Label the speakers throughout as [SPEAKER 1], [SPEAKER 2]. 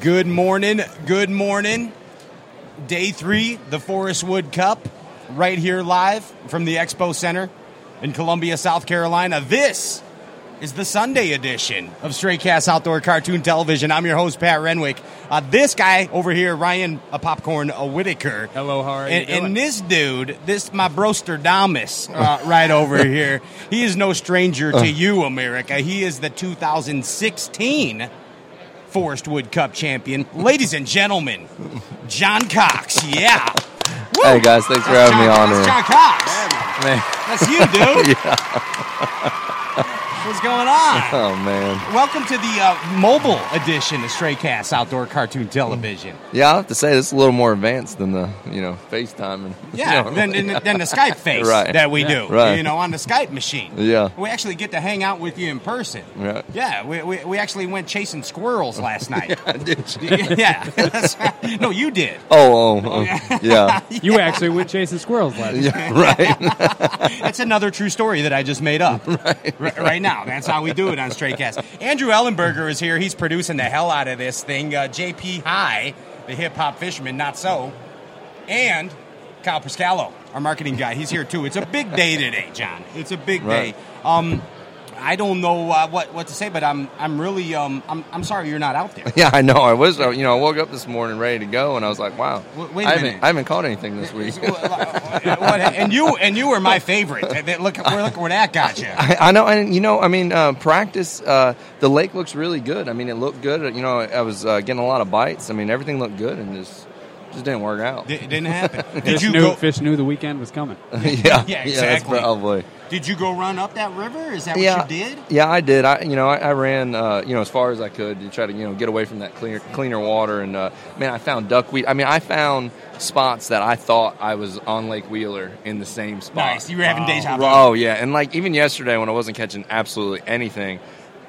[SPEAKER 1] Good morning. Good morning. Day three, the Forest Wood Cup, right here live from the Expo Center in Columbia, South Carolina. This is the Sunday edition of Straight Cast Outdoor Cartoon Television. I'm your host, Pat Renwick. Uh, this guy over here, Ryan uh, Popcorn uh, Whitaker.
[SPEAKER 2] Hello, how are you
[SPEAKER 1] and, and
[SPEAKER 2] doing?
[SPEAKER 1] this dude, this my broster Damas uh, right over here, he is no stranger
[SPEAKER 3] Uh.
[SPEAKER 1] to you, America. He is the 2016 Forest Wood Cup champion. Ladies and gentlemen, John Cox. Yeah. Woo!
[SPEAKER 3] Hey, guys, thanks for
[SPEAKER 1] That's
[SPEAKER 3] having me
[SPEAKER 1] John-
[SPEAKER 3] on
[SPEAKER 1] That's
[SPEAKER 3] here.
[SPEAKER 1] John Cox.
[SPEAKER 3] Man.
[SPEAKER 1] That's you, dude. What's going on?
[SPEAKER 3] Oh man.
[SPEAKER 1] Welcome to the uh, mobile edition of Stray Cast Outdoor Cartoon Television.
[SPEAKER 3] Yeah, I have to say this is a little more advanced than the you know FaceTime and
[SPEAKER 1] Yeah, than, than, than the Skype face
[SPEAKER 3] Right.
[SPEAKER 1] that we do,
[SPEAKER 3] Right.
[SPEAKER 1] you know, on the Skype machine.
[SPEAKER 3] Yeah.
[SPEAKER 1] We actually get to hang out with you in person.
[SPEAKER 3] Right.
[SPEAKER 1] Yeah, we, we, we actually went chasing squirrels last night. yeah. That's right. no, you did.
[SPEAKER 3] Oh, oh, oh. yeah,
[SPEAKER 2] You actually went chasing squirrels last night.
[SPEAKER 3] yeah, right.
[SPEAKER 1] That's another true story that I just made up right, right now. That's how we do it on Straight Cast. Andrew Ellenberger is here. He's producing the hell out of this thing. Uh, JP High, the hip hop fisherman, not so, and Kyle Pascalo, our marketing guy. He's here too. It's a big day today, John. It's a big
[SPEAKER 3] Right.
[SPEAKER 1] day. Um, I don't know uh, what, what to say, but I'm I'm really um, I'm, I'm sorry you're not out there.
[SPEAKER 3] Yeah, I know. I was, uh, you know, I woke up this morning ready to go, and I was like, wow,
[SPEAKER 1] W- wait a
[SPEAKER 3] I haven't,
[SPEAKER 1] minute.
[SPEAKER 3] I haven't caught anything this week.
[SPEAKER 1] uh, What- and you and you were my favorite. Look, look where that got you.
[SPEAKER 3] I, I know, and you know, I mean, uh, practice. Uh, the lake looks really good. I mean, it looked good. You know, I was uh, getting a lot of bites. I mean, everything looked good, and just just didn't work out.
[SPEAKER 1] It didn't happen. Did
[SPEAKER 2] Fish
[SPEAKER 1] you
[SPEAKER 2] knew,
[SPEAKER 1] go?
[SPEAKER 2] fish knew the weekend was coming.
[SPEAKER 3] yeah,
[SPEAKER 1] yeah,
[SPEAKER 3] that's
[SPEAKER 1] exactly.
[SPEAKER 3] probably.
[SPEAKER 1] Did you go run up that river? Is that what
[SPEAKER 3] yeah,
[SPEAKER 1] you did?
[SPEAKER 3] Yeah, I did. I you know I, I ran uh, you know as far as I could to try to you know get away from that cleaner cleaner water and uh, man I found duckweed. I mean I found spots that I thought I was on Lake Wheeler in the same spot.
[SPEAKER 1] Nice. You were having day job.
[SPEAKER 3] Oh yeah, and like even yesterday when I wasn't catching absolutely anything,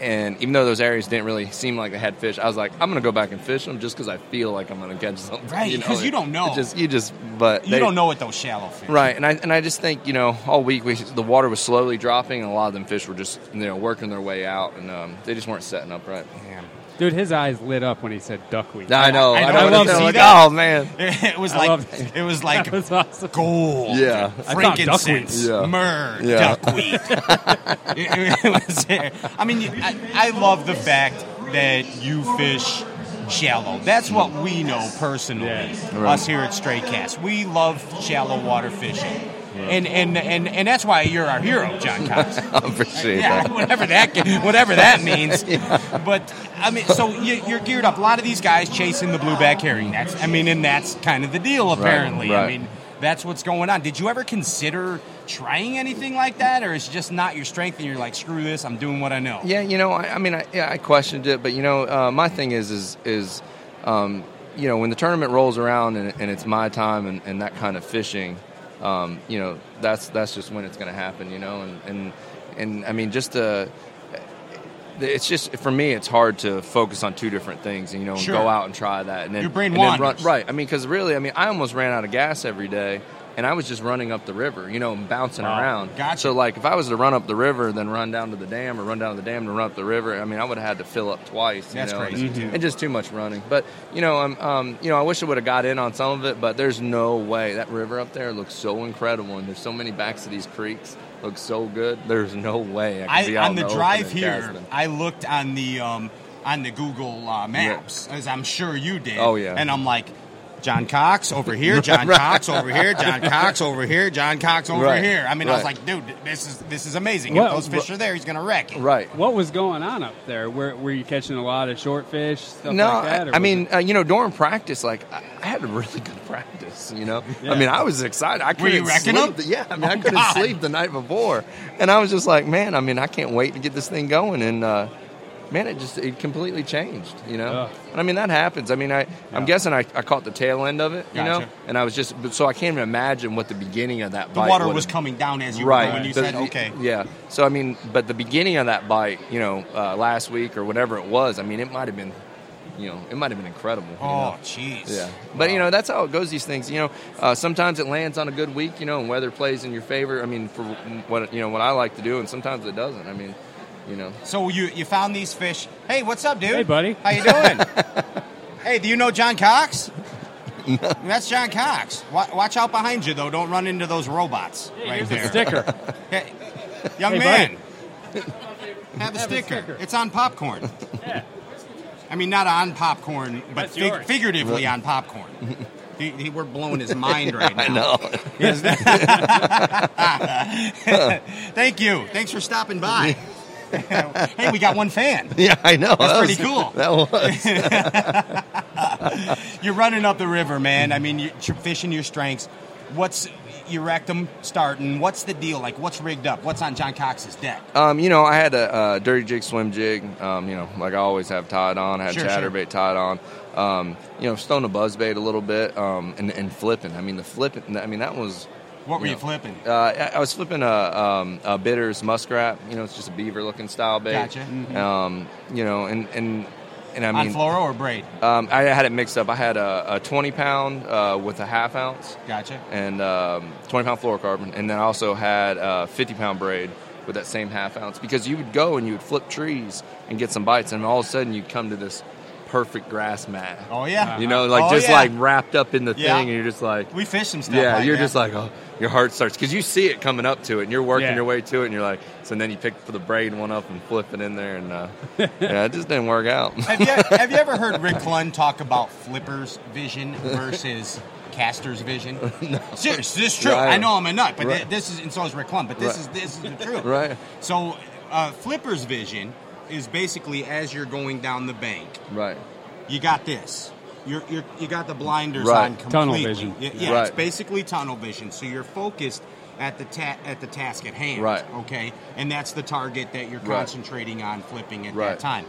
[SPEAKER 3] and even though those areas didn't really seem like they had fish, I was like, I'm gonna go back and fish them just because I feel like I'm gonna catch something.
[SPEAKER 1] Right, 'cause you
[SPEAKER 3] It-
[SPEAKER 1] don't know.
[SPEAKER 3] it just you just but
[SPEAKER 1] You
[SPEAKER 3] they-
[SPEAKER 1] don't know what those shallow fish.
[SPEAKER 3] Right, and I and I just think you know all week we, the water was slowly dropping, and a lot of them fish were just you know working their way out, and um, they just weren't setting up right.
[SPEAKER 1] Man.
[SPEAKER 2] Dude, his eyes lit up when he said duckweed.
[SPEAKER 3] I know,
[SPEAKER 1] I
[SPEAKER 3] I,
[SPEAKER 1] know,
[SPEAKER 3] know,
[SPEAKER 1] I love to
[SPEAKER 3] I'm
[SPEAKER 1] see
[SPEAKER 3] like,
[SPEAKER 1] that.
[SPEAKER 3] Oh man,
[SPEAKER 1] It was
[SPEAKER 2] I
[SPEAKER 1] like
[SPEAKER 2] love
[SPEAKER 1] it was like
[SPEAKER 2] That was awesome.
[SPEAKER 1] gold.
[SPEAKER 3] Yeah.
[SPEAKER 2] I found
[SPEAKER 1] Frankincense,
[SPEAKER 3] duckweed. Yeah.
[SPEAKER 1] myrrh,
[SPEAKER 3] Yeah.
[SPEAKER 1] duckweed. it, it was there. I mean, I, I love the fact that you fish shallow. That's what we know personally.
[SPEAKER 2] Yeah.
[SPEAKER 3] Right.
[SPEAKER 1] Us here at Stray Cast, we love shallow water fishing. And, and, and, and that's why you're our hero, John Cox.
[SPEAKER 3] I appreciate
[SPEAKER 1] yeah,
[SPEAKER 3] that.
[SPEAKER 1] whatever that can- whatever that means. But I mean, so you, you're geared up. A lot of these guys chasing the blueback herring. That's I mean, and that's kind of the deal. Apparently, I
[SPEAKER 3] right.
[SPEAKER 1] mean, that's what's going on. Did you ever consider trying anything like that, or is it just not your strength? And you're like, screw this. I'm doing what I know.
[SPEAKER 3] Yeah, you know, I, I mean, I, yeah, I questioned it, but you know, uh, my thing is is is um, you know when the tournament rolls around and, and it's my time and, and that kind of fishing, um, you know, that's that's just when it's going to happen, you know, and and and I mean, just uh It's just for me. It's hard to focus on two different things, and you know,
[SPEAKER 1] Sure.
[SPEAKER 3] go out and try that, and then
[SPEAKER 1] Your brain
[SPEAKER 3] and then run-
[SPEAKER 1] wanders.
[SPEAKER 3] right? I mean, because really, I mean, I almost ran out of gas every day, and I was just running up the river, you know, and bouncing
[SPEAKER 2] Wow.
[SPEAKER 3] around.
[SPEAKER 1] Gotcha.
[SPEAKER 3] So like if I was to run up the river, then run down to the dam, or run down to the dam to run up the river, I mean, I would have had to fill up twice. You
[SPEAKER 1] That's
[SPEAKER 3] know,
[SPEAKER 1] crazy,
[SPEAKER 3] and,
[SPEAKER 1] too.
[SPEAKER 3] and just too much running. But you know, I'm, um, you know, I wish I would have got in on some of it, but there's no way that river up there looks so incredible, and there's so many backs of these creeks looks so good. There's no way I could
[SPEAKER 1] I,
[SPEAKER 3] be out
[SPEAKER 1] on
[SPEAKER 3] in
[SPEAKER 1] the
[SPEAKER 3] open
[SPEAKER 1] drive
[SPEAKER 3] and
[SPEAKER 1] here,
[SPEAKER 3] casting them.
[SPEAKER 1] I looked on the um, on the Google uh, Maps, as I'm sure you did.
[SPEAKER 3] Oh, yeah.
[SPEAKER 1] and I'm like. John Cox over here, John Cox over here, John Cox over here, John Cox over
[SPEAKER 3] Right,
[SPEAKER 1] here. I mean, I was
[SPEAKER 3] right.
[SPEAKER 1] like, dude, this is this is amazing. if
[SPEAKER 2] Well,
[SPEAKER 1] those fish are there, he's gonna wreck it.
[SPEAKER 3] Right.
[SPEAKER 2] What was going on up there? Were, were you catching a lot of short fish, stuff
[SPEAKER 3] no,
[SPEAKER 2] like that?
[SPEAKER 3] I-
[SPEAKER 2] or
[SPEAKER 3] I,
[SPEAKER 2] was
[SPEAKER 3] mean,
[SPEAKER 2] it-
[SPEAKER 3] uh, you know, during practice, like I, I had a really good practice. You know,
[SPEAKER 2] Yeah.
[SPEAKER 3] I mean, I was excited. I
[SPEAKER 1] Were you
[SPEAKER 3] couldn't
[SPEAKER 1] wrecking
[SPEAKER 3] sleep.
[SPEAKER 1] them?
[SPEAKER 3] Yeah, I mean, I
[SPEAKER 1] Oh,
[SPEAKER 3] couldn't
[SPEAKER 1] God.
[SPEAKER 3] sleep the night before, and I was just like, man, I mean, I can't wait to get this thing going. And uh, man, it just it completely changed. You know,
[SPEAKER 2] Ugh.
[SPEAKER 3] and I mean that happens. I mean, I I'm guessing I, I caught the tail end of it. You
[SPEAKER 1] Gotcha.
[SPEAKER 3] know, and I was just but- so I can't even imagine what the beginning of that
[SPEAKER 1] The
[SPEAKER 3] bite
[SPEAKER 1] water
[SPEAKER 3] would've
[SPEAKER 1] was coming down as you were
[SPEAKER 3] right
[SPEAKER 1] going. You
[SPEAKER 3] The-
[SPEAKER 1] said, okay,
[SPEAKER 3] yeah so i mean but the beginning of that bite you know uh, last week or whatever it was i mean it might have been you know it might have been incredible you
[SPEAKER 1] oh
[SPEAKER 3] know?
[SPEAKER 1] jeez,
[SPEAKER 3] yeah but you know that's how it goes these things you know uh, sometimes it lands on a good week you know and weather plays in your favor i mean for what you know what i like to do and sometimes it doesn't i mean you know
[SPEAKER 1] So you you found these fish. Hey, what's up, dude?
[SPEAKER 2] Hey, buddy.
[SPEAKER 1] How you doing? Hey, do you know John Cox? That's John Cox. Wa- Watch out behind you, though. Don't run into those robots right there.
[SPEAKER 2] Sticker.
[SPEAKER 1] Hey, young
[SPEAKER 2] Hey,
[SPEAKER 1] man, have a sticker. It's on popcorn. I mean, not on popcorn, but
[SPEAKER 2] That's
[SPEAKER 1] fig-
[SPEAKER 2] yours.
[SPEAKER 1] figuratively on popcorn. he, he, we're blowing his mind right now.
[SPEAKER 3] I know.
[SPEAKER 1] Yes. Thank you. Thanks for stopping by. hey, we got one fan.
[SPEAKER 3] Yeah, I know. That's
[SPEAKER 1] pretty cool.
[SPEAKER 3] That was.
[SPEAKER 1] You're running up the river, man. I mean, you're tr- fishing your strengths. What's your rectum starting? What's the deal? Like, what's rigged up? What's on John Cox's deck?
[SPEAKER 3] Um, you know, I had a, uh dirty jig swim jig. Um, you know, like I always have tied on. I had
[SPEAKER 1] Sure, sure.
[SPEAKER 3] chatterbait tied on. Um, you know, stoned a buzzbait a little bit. Um, and, and flipping. I mean, the flipping. I mean, that was.
[SPEAKER 1] What were
[SPEAKER 3] Yeah.
[SPEAKER 1] you flipping?
[SPEAKER 3] Uh, I, I was flipping a, um, a bitters muskrat. You know, it's just a beaver looking style bait.
[SPEAKER 1] Gotcha. Mhm.
[SPEAKER 3] Um, you know, and and and I
[SPEAKER 1] on
[SPEAKER 3] mean,
[SPEAKER 1] fluoro or braid?
[SPEAKER 3] um, I had it mixed up. I had a, a twenty pound uh, with a half ounce.
[SPEAKER 1] Gotcha.
[SPEAKER 3] and um, 20 pound fluorocarbon, and then I also had uh, 50 pound braid with that same half ounce because you would go and you would flip trees and get some bites, and all of a sudden you'd come to this perfect grass mat.
[SPEAKER 1] Oh yeah.
[SPEAKER 3] You know, like
[SPEAKER 1] Oh,
[SPEAKER 3] just
[SPEAKER 1] yeah.
[SPEAKER 3] like wrapped up in the
[SPEAKER 1] Yeah.
[SPEAKER 3] thing, and you're just like,
[SPEAKER 1] we fish some stuff.
[SPEAKER 3] yeah,
[SPEAKER 1] like
[SPEAKER 3] you're
[SPEAKER 1] that.
[SPEAKER 3] just like, oh, your heart starts because you see it coming up to it, and you're working
[SPEAKER 2] Yeah.
[SPEAKER 3] your way to it, and you're like, so then you pick the braid one up and flip it in there, and uh, yeah, it just didn't work out.
[SPEAKER 1] have, you, have you ever heard Rick Klun talk about flippers' vision versus casters' vision? no. Seriously, this is true.
[SPEAKER 3] Right.
[SPEAKER 1] I know I'm a nut, but thi-
[SPEAKER 3] Right.
[SPEAKER 1] this is and so is Rick Klun. But this
[SPEAKER 3] Right.
[SPEAKER 1] is this is the truth.
[SPEAKER 3] Right.
[SPEAKER 1] So, uh, flippers' vision is basically as you're going down the bank,
[SPEAKER 3] right.
[SPEAKER 1] you got this. You're, you're, you got the blinders
[SPEAKER 3] Right.
[SPEAKER 1] on completely.
[SPEAKER 2] Tunnel vision.
[SPEAKER 1] Y- Yeah,
[SPEAKER 3] Right.
[SPEAKER 1] it's basically tunnel vision. So you're focused at the ta- at the task at hand.
[SPEAKER 3] Right.
[SPEAKER 1] Okay, and that's the target that you're
[SPEAKER 3] Right.
[SPEAKER 1] concentrating on flipping at
[SPEAKER 3] Right.
[SPEAKER 1] that time.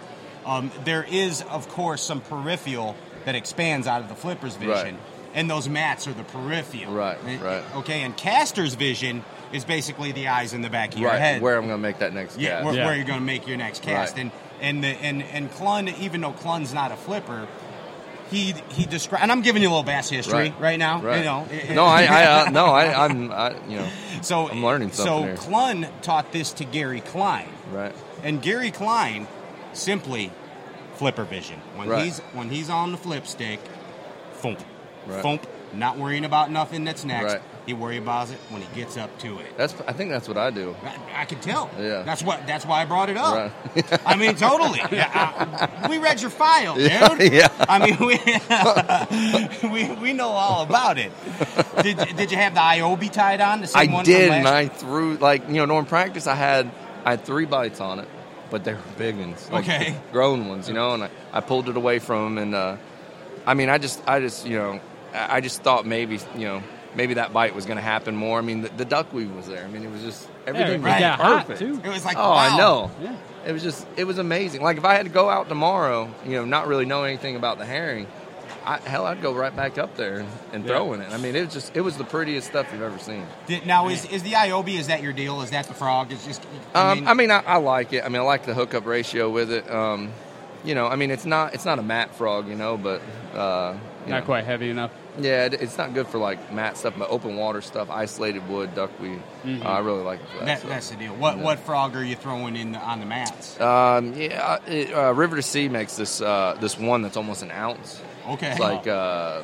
[SPEAKER 1] Um, there is, of course, some peripheral that expands out of the flipper's vision,
[SPEAKER 3] Right.
[SPEAKER 1] and those mats are the peripheral.
[SPEAKER 3] Right,
[SPEAKER 1] Eh,
[SPEAKER 3] right.
[SPEAKER 1] Okay, and caster's vision is basically the eyes in the back of your
[SPEAKER 3] right.
[SPEAKER 1] head.
[SPEAKER 3] Where I'm gonna make that next
[SPEAKER 1] Yeah,
[SPEAKER 3] cast.
[SPEAKER 1] where,
[SPEAKER 2] Yeah.
[SPEAKER 1] where you're going to make your next cast.
[SPEAKER 3] Right.
[SPEAKER 1] And and the and and Clun, even though Clun's not a flipper, he he described. And I'm giving you a little bass history right, now. You know, it- it-
[SPEAKER 3] no, I, I uh, no, I, I'm, I, you know,
[SPEAKER 1] so
[SPEAKER 3] I'm learning
[SPEAKER 1] So
[SPEAKER 3] something here.
[SPEAKER 1] Clun taught this to Gary Klein,
[SPEAKER 3] right,
[SPEAKER 1] and Gary Klein simply flipper vision when
[SPEAKER 3] Right.
[SPEAKER 1] he's when he's on the flip stick, thump,
[SPEAKER 3] Right.
[SPEAKER 1] thump, not worrying about nothing that's next.
[SPEAKER 3] Right.
[SPEAKER 1] He worry about it when he gets up to it.
[SPEAKER 3] that's, I think that's what I do.
[SPEAKER 1] I, I could tell.
[SPEAKER 3] Yeah.
[SPEAKER 1] That's what. That's why I brought it up. I mean, totally. Yeah, I- we read your file, dude.
[SPEAKER 3] yeah.
[SPEAKER 1] I mean, we, we we know all about it. Did Did you have the IOB tied on? The same
[SPEAKER 3] I
[SPEAKER 1] one
[SPEAKER 3] did,
[SPEAKER 1] From
[SPEAKER 3] and
[SPEAKER 1] last?
[SPEAKER 3] I threw like you know during practice I had I had three bites on it, but they were big ones, like
[SPEAKER 1] Okay.
[SPEAKER 3] grown ones, you know. And I, I pulled it away from him, and uh, I mean I just I just you know I I just thought maybe you know maybe that bite was going to happen more. I mean the, the duckweed was there. I mean it was just everything
[SPEAKER 1] right.
[SPEAKER 3] was
[SPEAKER 1] Yeah,
[SPEAKER 2] hot,
[SPEAKER 3] perfect.
[SPEAKER 2] too.
[SPEAKER 1] It was like,
[SPEAKER 3] oh,
[SPEAKER 1] wow.
[SPEAKER 3] I know.
[SPEAKER 2] Yeah.
[SPEAKER 3] It was just, it was amazing. Like if I had to go out tomorrow, you know, not really know anything about the herring, I, hell, I'd go right back up there and, and
[SPEAKER 2] Yeah.
[SPEAKER 3] throwing it. I mean, it was just, it was the prettiest stuff you've ever seen.
[SPEAKER 1] Did, now is is the IOB? Is that your deal? Is that the frog? Is just.
[SPEAKER 3] Um, I mean, I, I like it. I mean, I like the hookup ratio with it. Um, you know, I mean, it's not, it's not a mat frog, you know, but uh, you
[SPEAKER 2] Not
[SPEAKER 3] know.
[SPEAKER 2] quite heavy enough.
[SPEAKER 3] Yeah, it, it's not good for like mat stuff, but open water stuff, isolated wood, duckweed.
[SPEAKER 2] Mm-hmm.
[SPEAKER 3] Uh, I really like it for that.
[SPEAKER 1] that,
[SPEAKER 3] so.
[SPEAKER 1] that's the deal. What
[SPEAKER 3] Yeah.
[SPEAKER 1] What frog are you throwing in the, on the mats?
[SPEAKER 3] Um, yeah, uh, it, uh, River to Sea makes this uh, this one that's almost an ounce.
[SPEAKER 1] Okay.
[SPEAKER 3] It's like uh,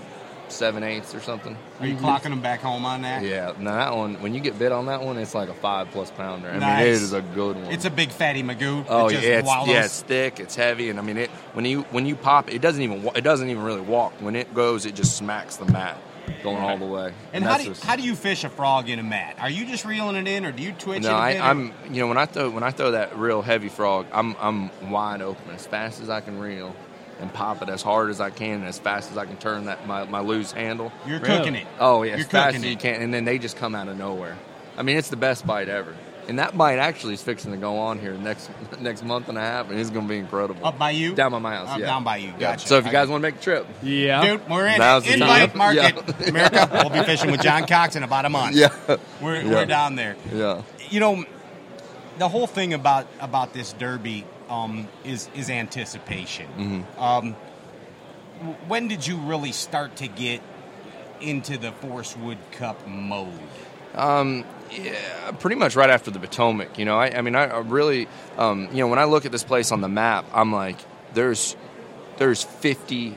[SPEAKER 3] seven eighths or something.
[SPEAKER 1] Are you clocking them back home on that?
[SPEAKER 3] Yeah, now that one, when you get bit on that one, it's like a five plus pounder. I mean, it
[SPEAKER 1] Nice.
[SPEAKER 3] is a good one.
[SPEAKER 1] It's a big fatty magoo. that
[SPEAKER 3] oh yeah,
[SPEAKER 1] just
[SPEAKER 3] it's,
[SPEAKER 1] wallows.
[SPEAKER 3] yeah, it's thick, it's heavy, and I mean it when you when you pop it, it doesn't even wa- it doesn't even really walk. When it goes, it just smacks the mat going all the way.
[SPEAKER 1] And how
[SPEAKER 3] that's
[SPEAKER 1] do, you,
[SPEAKER 3] just-
[SPEAKER 1] how do you fish a frog in a mat? Are you just reeling it in, or do you twitch
[SPEAKER 3] No,
[SPEAKER 1] it? a
[SPEAKER 3] I,
[SPEAKER 1] bit, or-
[SPEAKER 3] I'm. You know, when I throw when I throw that real heavy frog, I'm I'm wide open as fast as I can reel, and pop it as hard as I can, and as fast as I can turn that my, my loose handle.
[SPEAKER 1] You're
[SPEAKER 2] Really?
[SPEAKER 1] cooking it.
[SPEAKER 3] Oh yeah,
[SPEAKER 1] you're
[SPEAKER 3] as fast
[SPEAKER 1] cooking
[SPEAKER 3] as you
[SPEAKER 1] it.
[SPEAKER 3] can, and then they just come out of nowhere. I mean, it's the best bite ever, and that bite actually is fixing to go on here next next month and a half, and it's going to be incredible.
[SPEAKER 1] Up by you?
[SPEAKER 3] down by my house,
[SPEAKER 1] Up
[SPEAKER 3] yeah,
[SPEAKER 1] down by you,
[SPEAKER 3] Yeah.
[SPEAKER 1] gotcha.
[SPEAKER 3] So if you
[SPEAKER 1] I
[SPEAKER 3] guys
[SPEAKER 1] got-
[SPEAKER 3] want to make a trip,
[SPEAKER 2] Yeah.
[SPEAKER 1] Dude, we're in
[SPEAKER 3] Now's
[SPEAKER 1] it.
[SPEAKER 3] the
[SPEAKER 1] Invite
[SPEAKER 3] time.
[SPEAKER 1] market. America, we'll be fishing with John Cox in about a month.
[SPEAKER 3] yeah,
[SPEAKER 1] We're,
[SPEAKER 3] Yeah.
[SPEAKER 1] we're down there.
[SPEAKER 3] yeah,
[SPEAKER 1] You know, the whole thing about, about this derby um, is, is anticipation.
[SPEAKER 3] Mm-hmm.
[SPEAKER 1] Um, w- when did you really start to get into the Forestwood Cup mode?
[SPEAKER 3] yeah, pretty much right after the Potomac. You know, I, I mean, I, I really, um, you know, when I look at this place on the map, I'm like, there's there's 50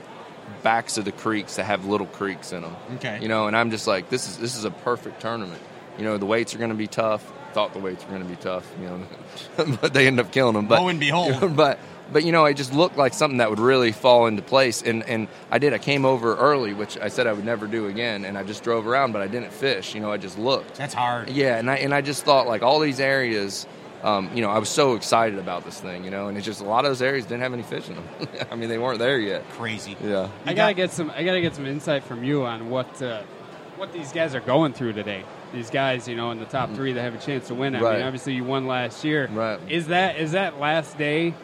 [SPEAKER 3] backs of the creeks that have little creeks in them.
[SPEAKER 1] Okay.
[SPEAKER 3] You know, and I'm just like, this is this is a perfect tournament. You know, the weights are going to be tough. Thought the weights were going to be tough. You know, but they end up killing them. But
[SPEAKER 1] Lo and behold.
[SPEAKER 3] but but you know, it just looked like something that would really fall into place. And and I did. I came over early, which I said I would never do again. And I just drove around, but I didn't fish. You know, I just looked.
[SPEAKER 1] That's hard.
[SPEAKER 3] Yeah, and I and I just thought like all these areas, um, you know, I was so excited about this thing, you know, and it's just a lot of those areas didn't have any fish in them. I mean, they weren't there yet.
[SPEAKER 1] Crazy.
[SPEAKER 3] Yeah.
[SPEAKER 2] I
[SPEAKER 1] You
[SPEAKER 2] gotta
[SPEAKER 1] got-
[SPEAKER 2] get some. I gotta get some insight from you on what uh, what these guys are going through today. These guys, you know, in the top three that have a chance to win. I
[SPEAKER 3] Mm. Right.
[SPEAKER 2] mean, obviously you won last year.
[SPEAKER 3] Right.
[SPEAKER 2] Is that is that last day?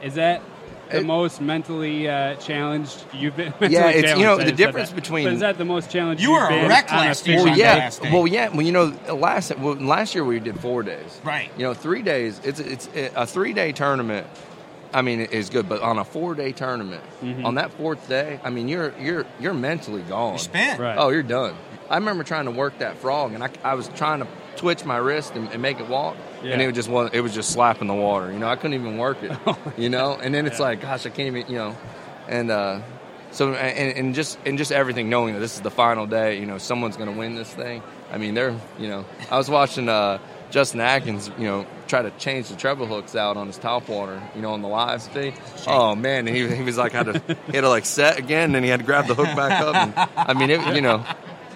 [SPEAKER 2] Is that the
[SPEAKER 3] It-
[SPEAKER 2] most mentally uh, challenged you've been? mentally
[SPEAKER 3] Yeah, it's- you know,
[SPEAKER 2] challenged, I
[SPEAKER 3] the
[SPEAKER 2] just said
[SPEAKER 3] difference
[SPEAKER 2] that.
[SPEAKER 3] between-
[SPEAKER 2] But is that the most challenged?
[SPEAKER 1] You
[SPEAKER 2] you've
[SPEAKER 1] were a
[SPEAKER 2] been
[SPEAKER 1] wreck
[SPEAKER 2] on
[SPEAKER 1] last year, John.
[SPEAKER 2] fishing
[SPEAKER 3] Well,
[SPEAKER 2] trip?
[SPEAKER 3] yeah.
[SPEAKER 1] last day.
[SPEAKER 3] Well, yeah. Well, you know, last well, last year we did four days.
[SPEAKER 1] Right.
[SPEAKER 3] You know, three days. It's it's a three day tournament. I mean, it is good, but on a four day tournament, on that fourth day, I mean, you're you're you're mentally
[SPEAKER 1] Mm-hmm.
[SPEAKER 3] gone.
[SPEAKER 1] You spent.
[SPEAKER 2] Right.
[SPEAKER 3] Oh, you're done. I remember trying to work that frog, and I, I was trying to twitch my wrist and, and make it walk, and
[SPEAKER 2] Yeah.
[SPEAKER 3] it was just wa- it was just slapping the water. You know, I couldn't even work it. you know, and then it's like, gosh, I can't even. You know, and uh, so and, and just and just everything knowing that this is the final day. You know, someone's going to win this thing. I mean, they're you know, I was watching uh, Justin Atkins. You know, try to change the treble hooks out on his top water. You know, on the live feed. Oh man, and he, he was like had to he had to like set again, and he had to grab the hook back up. And, I mean, it, you know.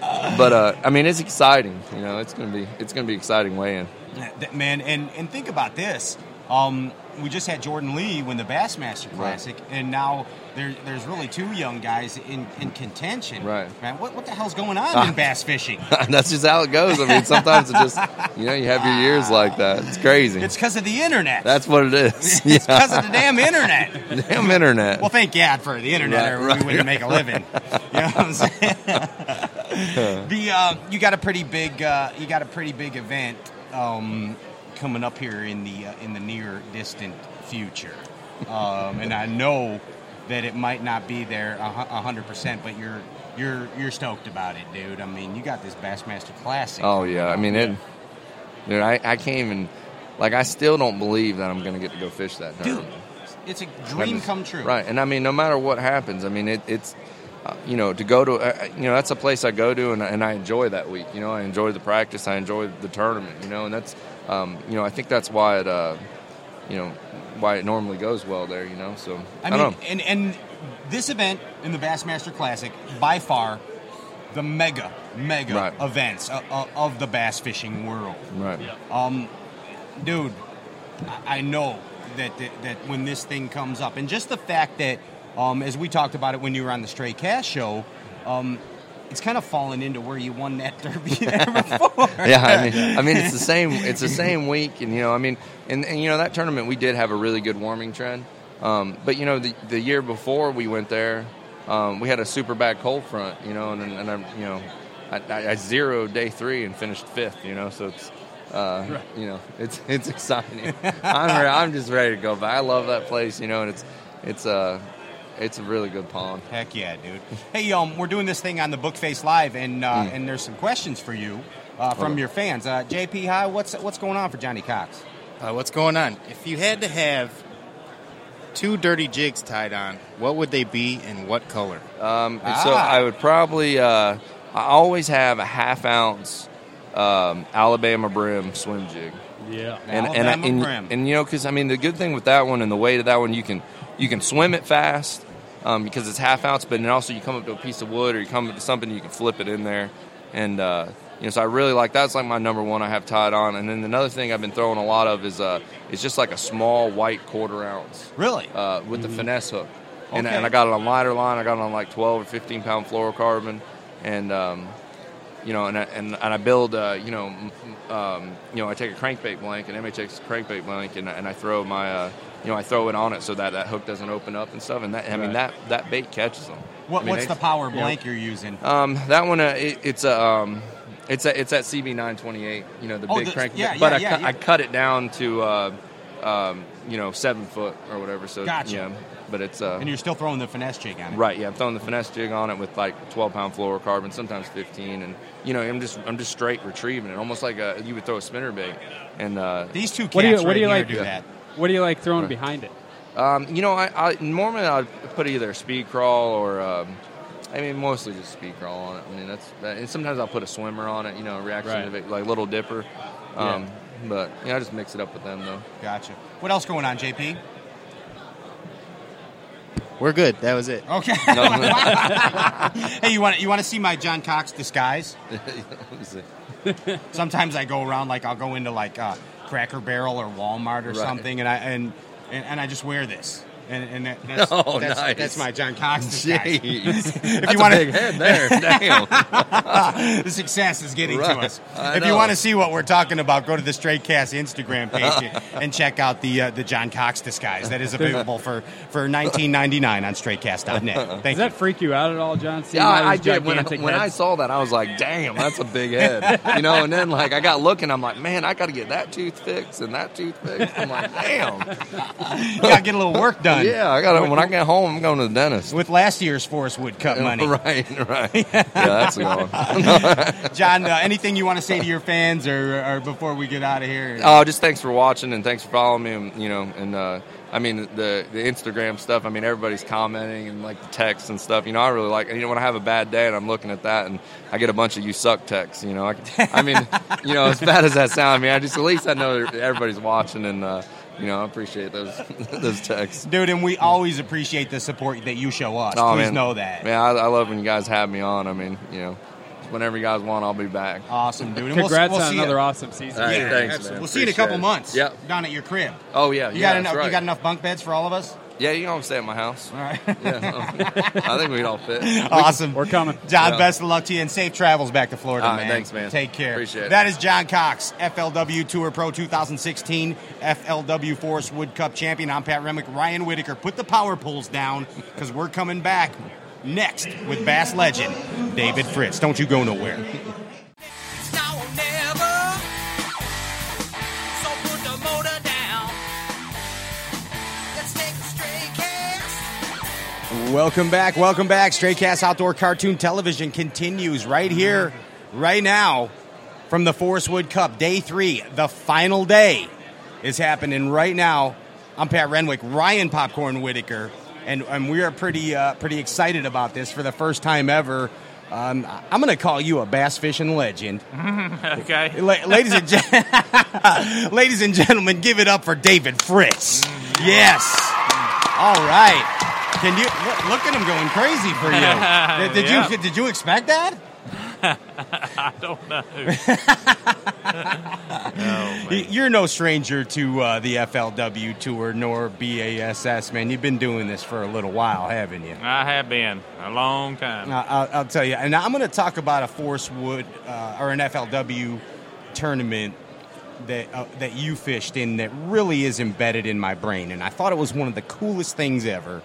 [SPEAKER 3] But uh, I mean, it's exciting. You know, it's gonna be it's gonna be exciting weigh-in.
[SPEAKER 1] Yeah, th- man, and and think about this. Um, we just had Jordan Lee win the Bassmaster Classic, and now there, there's really two young guys in, in contention.
[SPEAKER 3] Right.
[SPEAKER 1] Man, what, what the hell's going on
[SPEAKER 3] Ah.
[SPEAKER 1] in bass fishing?
[SPEAKER 3] That's just how it goes. I mean, sometimes it just you know you have your years like that. It's crazy.
[SPEAKER 1] It's because of the internet.
[SPEAKER 3] That's what it is.
[SPEAKER 1] it's
[SPEAKER 3] Yeah.
[SPEAKER 1] because of the damn internet.
[SPEAKER 3] Damn internet.
[SPEAKER 1] Well, thank God for the internet,
[SPEAKER 3] Right,
[SPEAKER 1] or
[SPEAKER 3] right,
[SPEAKER 1] we wouldn't make a living. You know what I'm saying? the uh, you got a pretty big uh, you got a pretty big event um, coming up here in the uh, in the near distant future, um, and I know that it might not be there a hu- a hundred percent, but you're you're you're stoked about it, dude. I mean, you got this Bassmaster Classic.
[SPEAKER 3] Oh yeah, I mean it. Dude, I, I can't even like I still don't believe that I'm gonna get to go fish that
[SPEAKER 1] dude,
[SPEAKER 3] tournament.
[SPEAKER 1] it's a dream come true.
[SPEAKER 3] Right, and I mean, no matter what happens, I mean, it, it's uh, you know to go to uh, you know that's a place I go to, and, I- and I enjoy that week. You know, I enjoy the practice, I enjoy the tournament. You know, and that's um, you know I think that's why it uh, you know why it normally goes well there. You know, so
[SPEAKER 1] I
[SPEAKER 3] I,
[SPEAKER 1] mean,
[SPEAKER 3] don't know.
[SPEAKER 1] and and this event in the Bassmaster Classic, by far, the mega mega
[SPEAKER 3] Right.
[SPEAKER 1] events of, of the bass fishing world,
[SPEAKER 3] Right.
[SPEAKER 1] dude. I I know that, that that when this thing comes up, and just the fact that, um, as we talked about it when you were on the Stray Cash show, um, it's kind of fallen into where you won that derby there before.
[SPEAKER 3] yeah, I mean, I mean, it's the same. It's the same week, and you know, I mean, and, and you know that tournament we did have a really good warming trend, um, but you know the the year before we went there, um, we had a super bad cold front, you know, and and I, you know, I, I, I zeroed day three and finished fifth, you know, so it's. Uh, you know, it's it's exciting. I'm re- I'm just ready to go back. I love that place, you know, and it's it's uh it's a really good pond.
[SPEAKER 1] Heck yeah, dude. Hey, um, we're doing this thing on the Bookface Live, and uh,
[SPEAKER 3] Mm.
[SPEAKER 1] and there's some questions for you uh, from
[SPEAKER 3] Okay.
[SPEAKER 1] your fans. Uh, JP, hi, what's what's going on for Johnny Cox?
[SPEAKER 4] Uh, what's going on? If you had to have two dirty jigs tied on, what would they be and what color?
[SPEAKER 3] Um, and so
[SPEAKER 1] Ah.
[SPEAKER 3] I would probably, uh, I always have a half ounce um, Alabama brim swim jig,
[SPEAKER 2] yeah.
[SPEAKER 3] and
[SPEAKER 1] Alabama
[SPEAKER 3] and,
[SPEAKER 1] brim.
[SPEAKER 3] I, and and you know, because I mean, the good thing with that one and the weight of that one, you can you can swim it fast um, because it's half ounce, but then also you come up to a piece of wood or you come up to something, you can flip it in there, and uh, you know, so I really like that's like my number one I have tied on, and then another thing I've been throwing a lot of is uh, it's just like a small white quarter ounce
[SPEAKER 1] Really?
[SPEAKER 3] uh, with the finesse hook. And,
[SPEAKER 1] Mm-hmm. Okay.
[SPEAKER 3] and I got it on lighter line. I got it on like 12 or 15 pound fluorocarbon. And, um, you know, and I, and, and I build, uh, you know, m- m- um, you know, I take a crankbait blank, an MHX crankbait blank, and, I- and I throw my, uh, you know, I throw it on it so that that hook doesn't open up and stuff. And that, I mean, that,
[SPEAKER 2] Right.
[SPEAKER 3] that bait catches them.
[SPEAKER 1] what,
[SPEAKER 3] I mean,
[SPEAKER 1] what's
[SPEAKER 3] they-
[SPEAKER 1] the power blank you're using?
[SPEAKER 3] um, that one, uh, it, it's a, um, it's a, it's at CB nine twenty eight. You know the
[SPEAKER 1] Oh,
[SPEAKER 3] big
[SPEAKER 1] the-
[SPEAKER 3] crank,
[SPEAKER 1] yeah,
[SPEAKER 3] but
[SPEAKER 1] yeah,
[SPEAKER 3] I,
[SPEAKER 1] yeah,
[SPEAKER 3] cut,
[SPEAKER 1] yeah.
[SPEAKER 3] I cut it down to, uh, um, you know, seven foot or whatever. So
[SPEAKER 1] Gotcha.
[SPEAKER 3] yeah, but it's uh,
[SPEAKER 1] and you're still throwing the finesse jig on it.
[SPEAKER 3] right. Yeah, I'm throwing the finesse jig on it with like twelve pound fluorocarbon, sometimes fifteen, and you know I'm just I'm just straight retrieving it, almost like a, you would throw a spinner bait. And uh,
[SPEAKER 1] These two cats
[SPEAKER 2] What do you-
[SPEAKER 1] right
[SPEAKER 2] what do you
[SPEAKER 1] here
[SPEAKER 2] like-
[SPEAKER 1] do
[SPEAKER 3] Yeah.
[SPEAKER 1] that.
[SPEAKER 2] What do you like throwing behind it?
[SPEAKER 3] Um, you know, I, I normally I'd put either speed crawl or, um, I mean, mostly just speed crawl on it. I mean, that's that, and sometimes I'll put a swimmer on it. You know, a reaction
[SPEAKER 2] Right.
[SPEAKER 3] to Vic- like Little Dipper. Um, But you know, I just mix it up with them though.
[SPEAKER 1] Gotcha. What else going on, JP?
[SPEAKER 4] We're good. That was it.
[SPEAKER 1] Okay. hey, you want you want to see my John Cox disguise? Sometimes I go around like I'll go into like uh, Cracker Barrel or Walmart or
[SPEAKER 3] Right.
[SPEAKER 1] something, and I and, and and I just wear this. And, and that, that's,
[SPEAKER 3] Oh,
[SPEAKER 1] that's,
[SPEAKER 3] nice.
[SPEAKER 1] that's my John Cox disguise.
[SPEAKER 3] Jeez,
[SPEAKER 1] If
[SPEAKER 3] that's
[SPEAKER 1] you
[SPEAKER 3] a
[SPEAKER 1] want
[SPEAKER 3] big
[SPEAKER 1] to,
[SPEAKER 3] head there. Damn.
[SPEAKER 1] the success is getting to
[SPEAKER 3] Right.
[SPEAKER 1] us.
[SPEAKER 3] I
[SPEAKER 1] if you
[SPEAKER 3] know.
[SPEAKER 1] want to see what we're talking about, go to the Straight Cast Instagram page and check out the uh, the John Cox disguise that is available for for 19.99 on StraightCast.net. Thank
[SPEAKER 2] Does
[SPEAKER 1] you.
[SPEAKER 2] that freak you out at all, John? Seeing
[SPEAKER 3] Yeah,
[SPEAKER 2] all
[SPEAKER 3] I, I
[SPEAKER 2] these
[SPEAKER 3] did. When I,
[SPEAKER 2] gigantic
[SPEAKER 3] when I
[SPEAKER 2] heads?
[SPEAKER 3] saw that, I was like, "Damn, that's a big head," you know. And then like I got looking, I'm like, "Man, I got to get that tooth fixed and that tooth fixed." I'm like, "Damn,
[SPEAKER 1] You gotta get a little work done.
[SPEAKER 3] yeah, I got to." When I get home, I'm going to the dentist.
[SPEAKER 1] With last year's Forest Wood Cup money,
[SPEAKER 3] right, right. Yeah, that's gone.
[SPEAKER 1] John. Uh, anything you want to say to your fans, or, or before we get out of here?
[SPEAKER 3] Oh, just thanks for watching and thanks for following me. And, you know, and uh, I mean the the Instagram stuff. I mean everybody's commenting and like the texts and stuff. You know, I really like. You know, when I have a bad day and I'm looking at that and I get a bunch of you suck texts. You know, I, I mean, you know, as bad as that sounds, I mean, I just at least I know that everybody's watching and uh, you know I appreciate those those texts.
[SPEAKER 1] Dude, and we always appreciate the support that you show us.
[SPEAKER 3] Oh,
[SPEAKER 1] Please
[SPEAKER 3] man.
[SPEAKER 1] know that.
[SPEAKER 3] Man, I, I love when you guys have me on. I mean, you know, whenever you guys want, I'll be back.
[SPEAKER 1] Awesome, dude. And we'll-
[SPEAKER 2] Congrats
[SPEAKER 1] we'll
[SPEAKER 2] on
[SPEAKER 1] see
[SPEAKER 2] another
[SPEAKER 1] ya.
[SPEAKER 2] awesome season.
[SPEAKER 3] All right,
[SPEAKER 1] Yeah,
[SPEAKER 3] thanks,
[SPEAKER 1] absolutely.
[SPEAKER 3] man.
[SPEAKER 1] We'll see you in a couple
[SPEAKER 3] Appreciate it.
[SPEAKER 1] months.
[SPEAKER 3] Yep.
[SPEAKER 1] Down at your crib.
[SPEAKER 3] Oh yeah,
[SPEAKER 1] You
[SPEAKER 3] yeah,
[SPEAKER 1] got
[SPEAKER 3] that's
[SPEAKER 1] enough. You
[SPEAKER 3] right.
[SPEAKER 1] got enough bunk beds for all of us.
[SPEAKER 3] Yeah, you don't stay at my house.
[SPEAKER 1] All right.
[SPEAKER 3] Yeah, I think we'd all fit.
[SPEAKER 1] awesome.
[SPEAKER 2] We're coming.
[SPEAKER 1] John,
[SPEAKER 3] Yeah.
[SPEAKER 1] best of luck to you and safe travels back to Florida,
[SPEAKER 3] All right,
[SPEAKER 1] man.
[SPEAKER 3] thanks, man.
[SPEAKER 1] Take care.
[SPEAKER 3] Appreciate it.
[SPEAKER 1] That is John Cox, FLW Tour Pro 2016, FLW Forest Wood Cup champion. I'm Pat Remick, Ryan Whitaker. Put the power poles down because we're coming back next with Bass legend David Fritz. Don't you go nowhere.
[SPEAKER 5] now or never. So put the motor down. Let's take a straight cast.
[SPEAKER 1] Welcome back. Welcome back. Stray Cast Outdoor Cartoon Television continues right here, right now, from the Forest Wood Cup. Day three, the final day, is happening right now. I'm Pat Renwick, Ryan Popcorn Whitaker, and, and we are pretty uh, pretty excited about this for the first time ever. Um, I'm going to call you a bass fishing legend.
[SPEAKER 6] Okay.
[SPEAKER 1] La- ladies and gen- ladies and gentlemen, give it up for David Fritz. Yes. All right. Can you look, look at him going crazy for you? Did, did you
[SPEAKER 6] Yeah.
[SPEAKER 1] did you expect that?
[SPEAKER 6] I don't know. no,
[SPEAKER 1] Y- Oh, You're no stranger to uh, the FLW tour nor BASS, man. You've been doing this for a little while, haven't you?
[SPEAKER 6] I have been a long time.
[SPEAKER 1] I- I'll, I'll tell you, and I'm going to talk about a Force Wood uh, or an FLW tournament that uh, that you fished in that really is embedded in my brain, and I thought it was one of the coolest things ever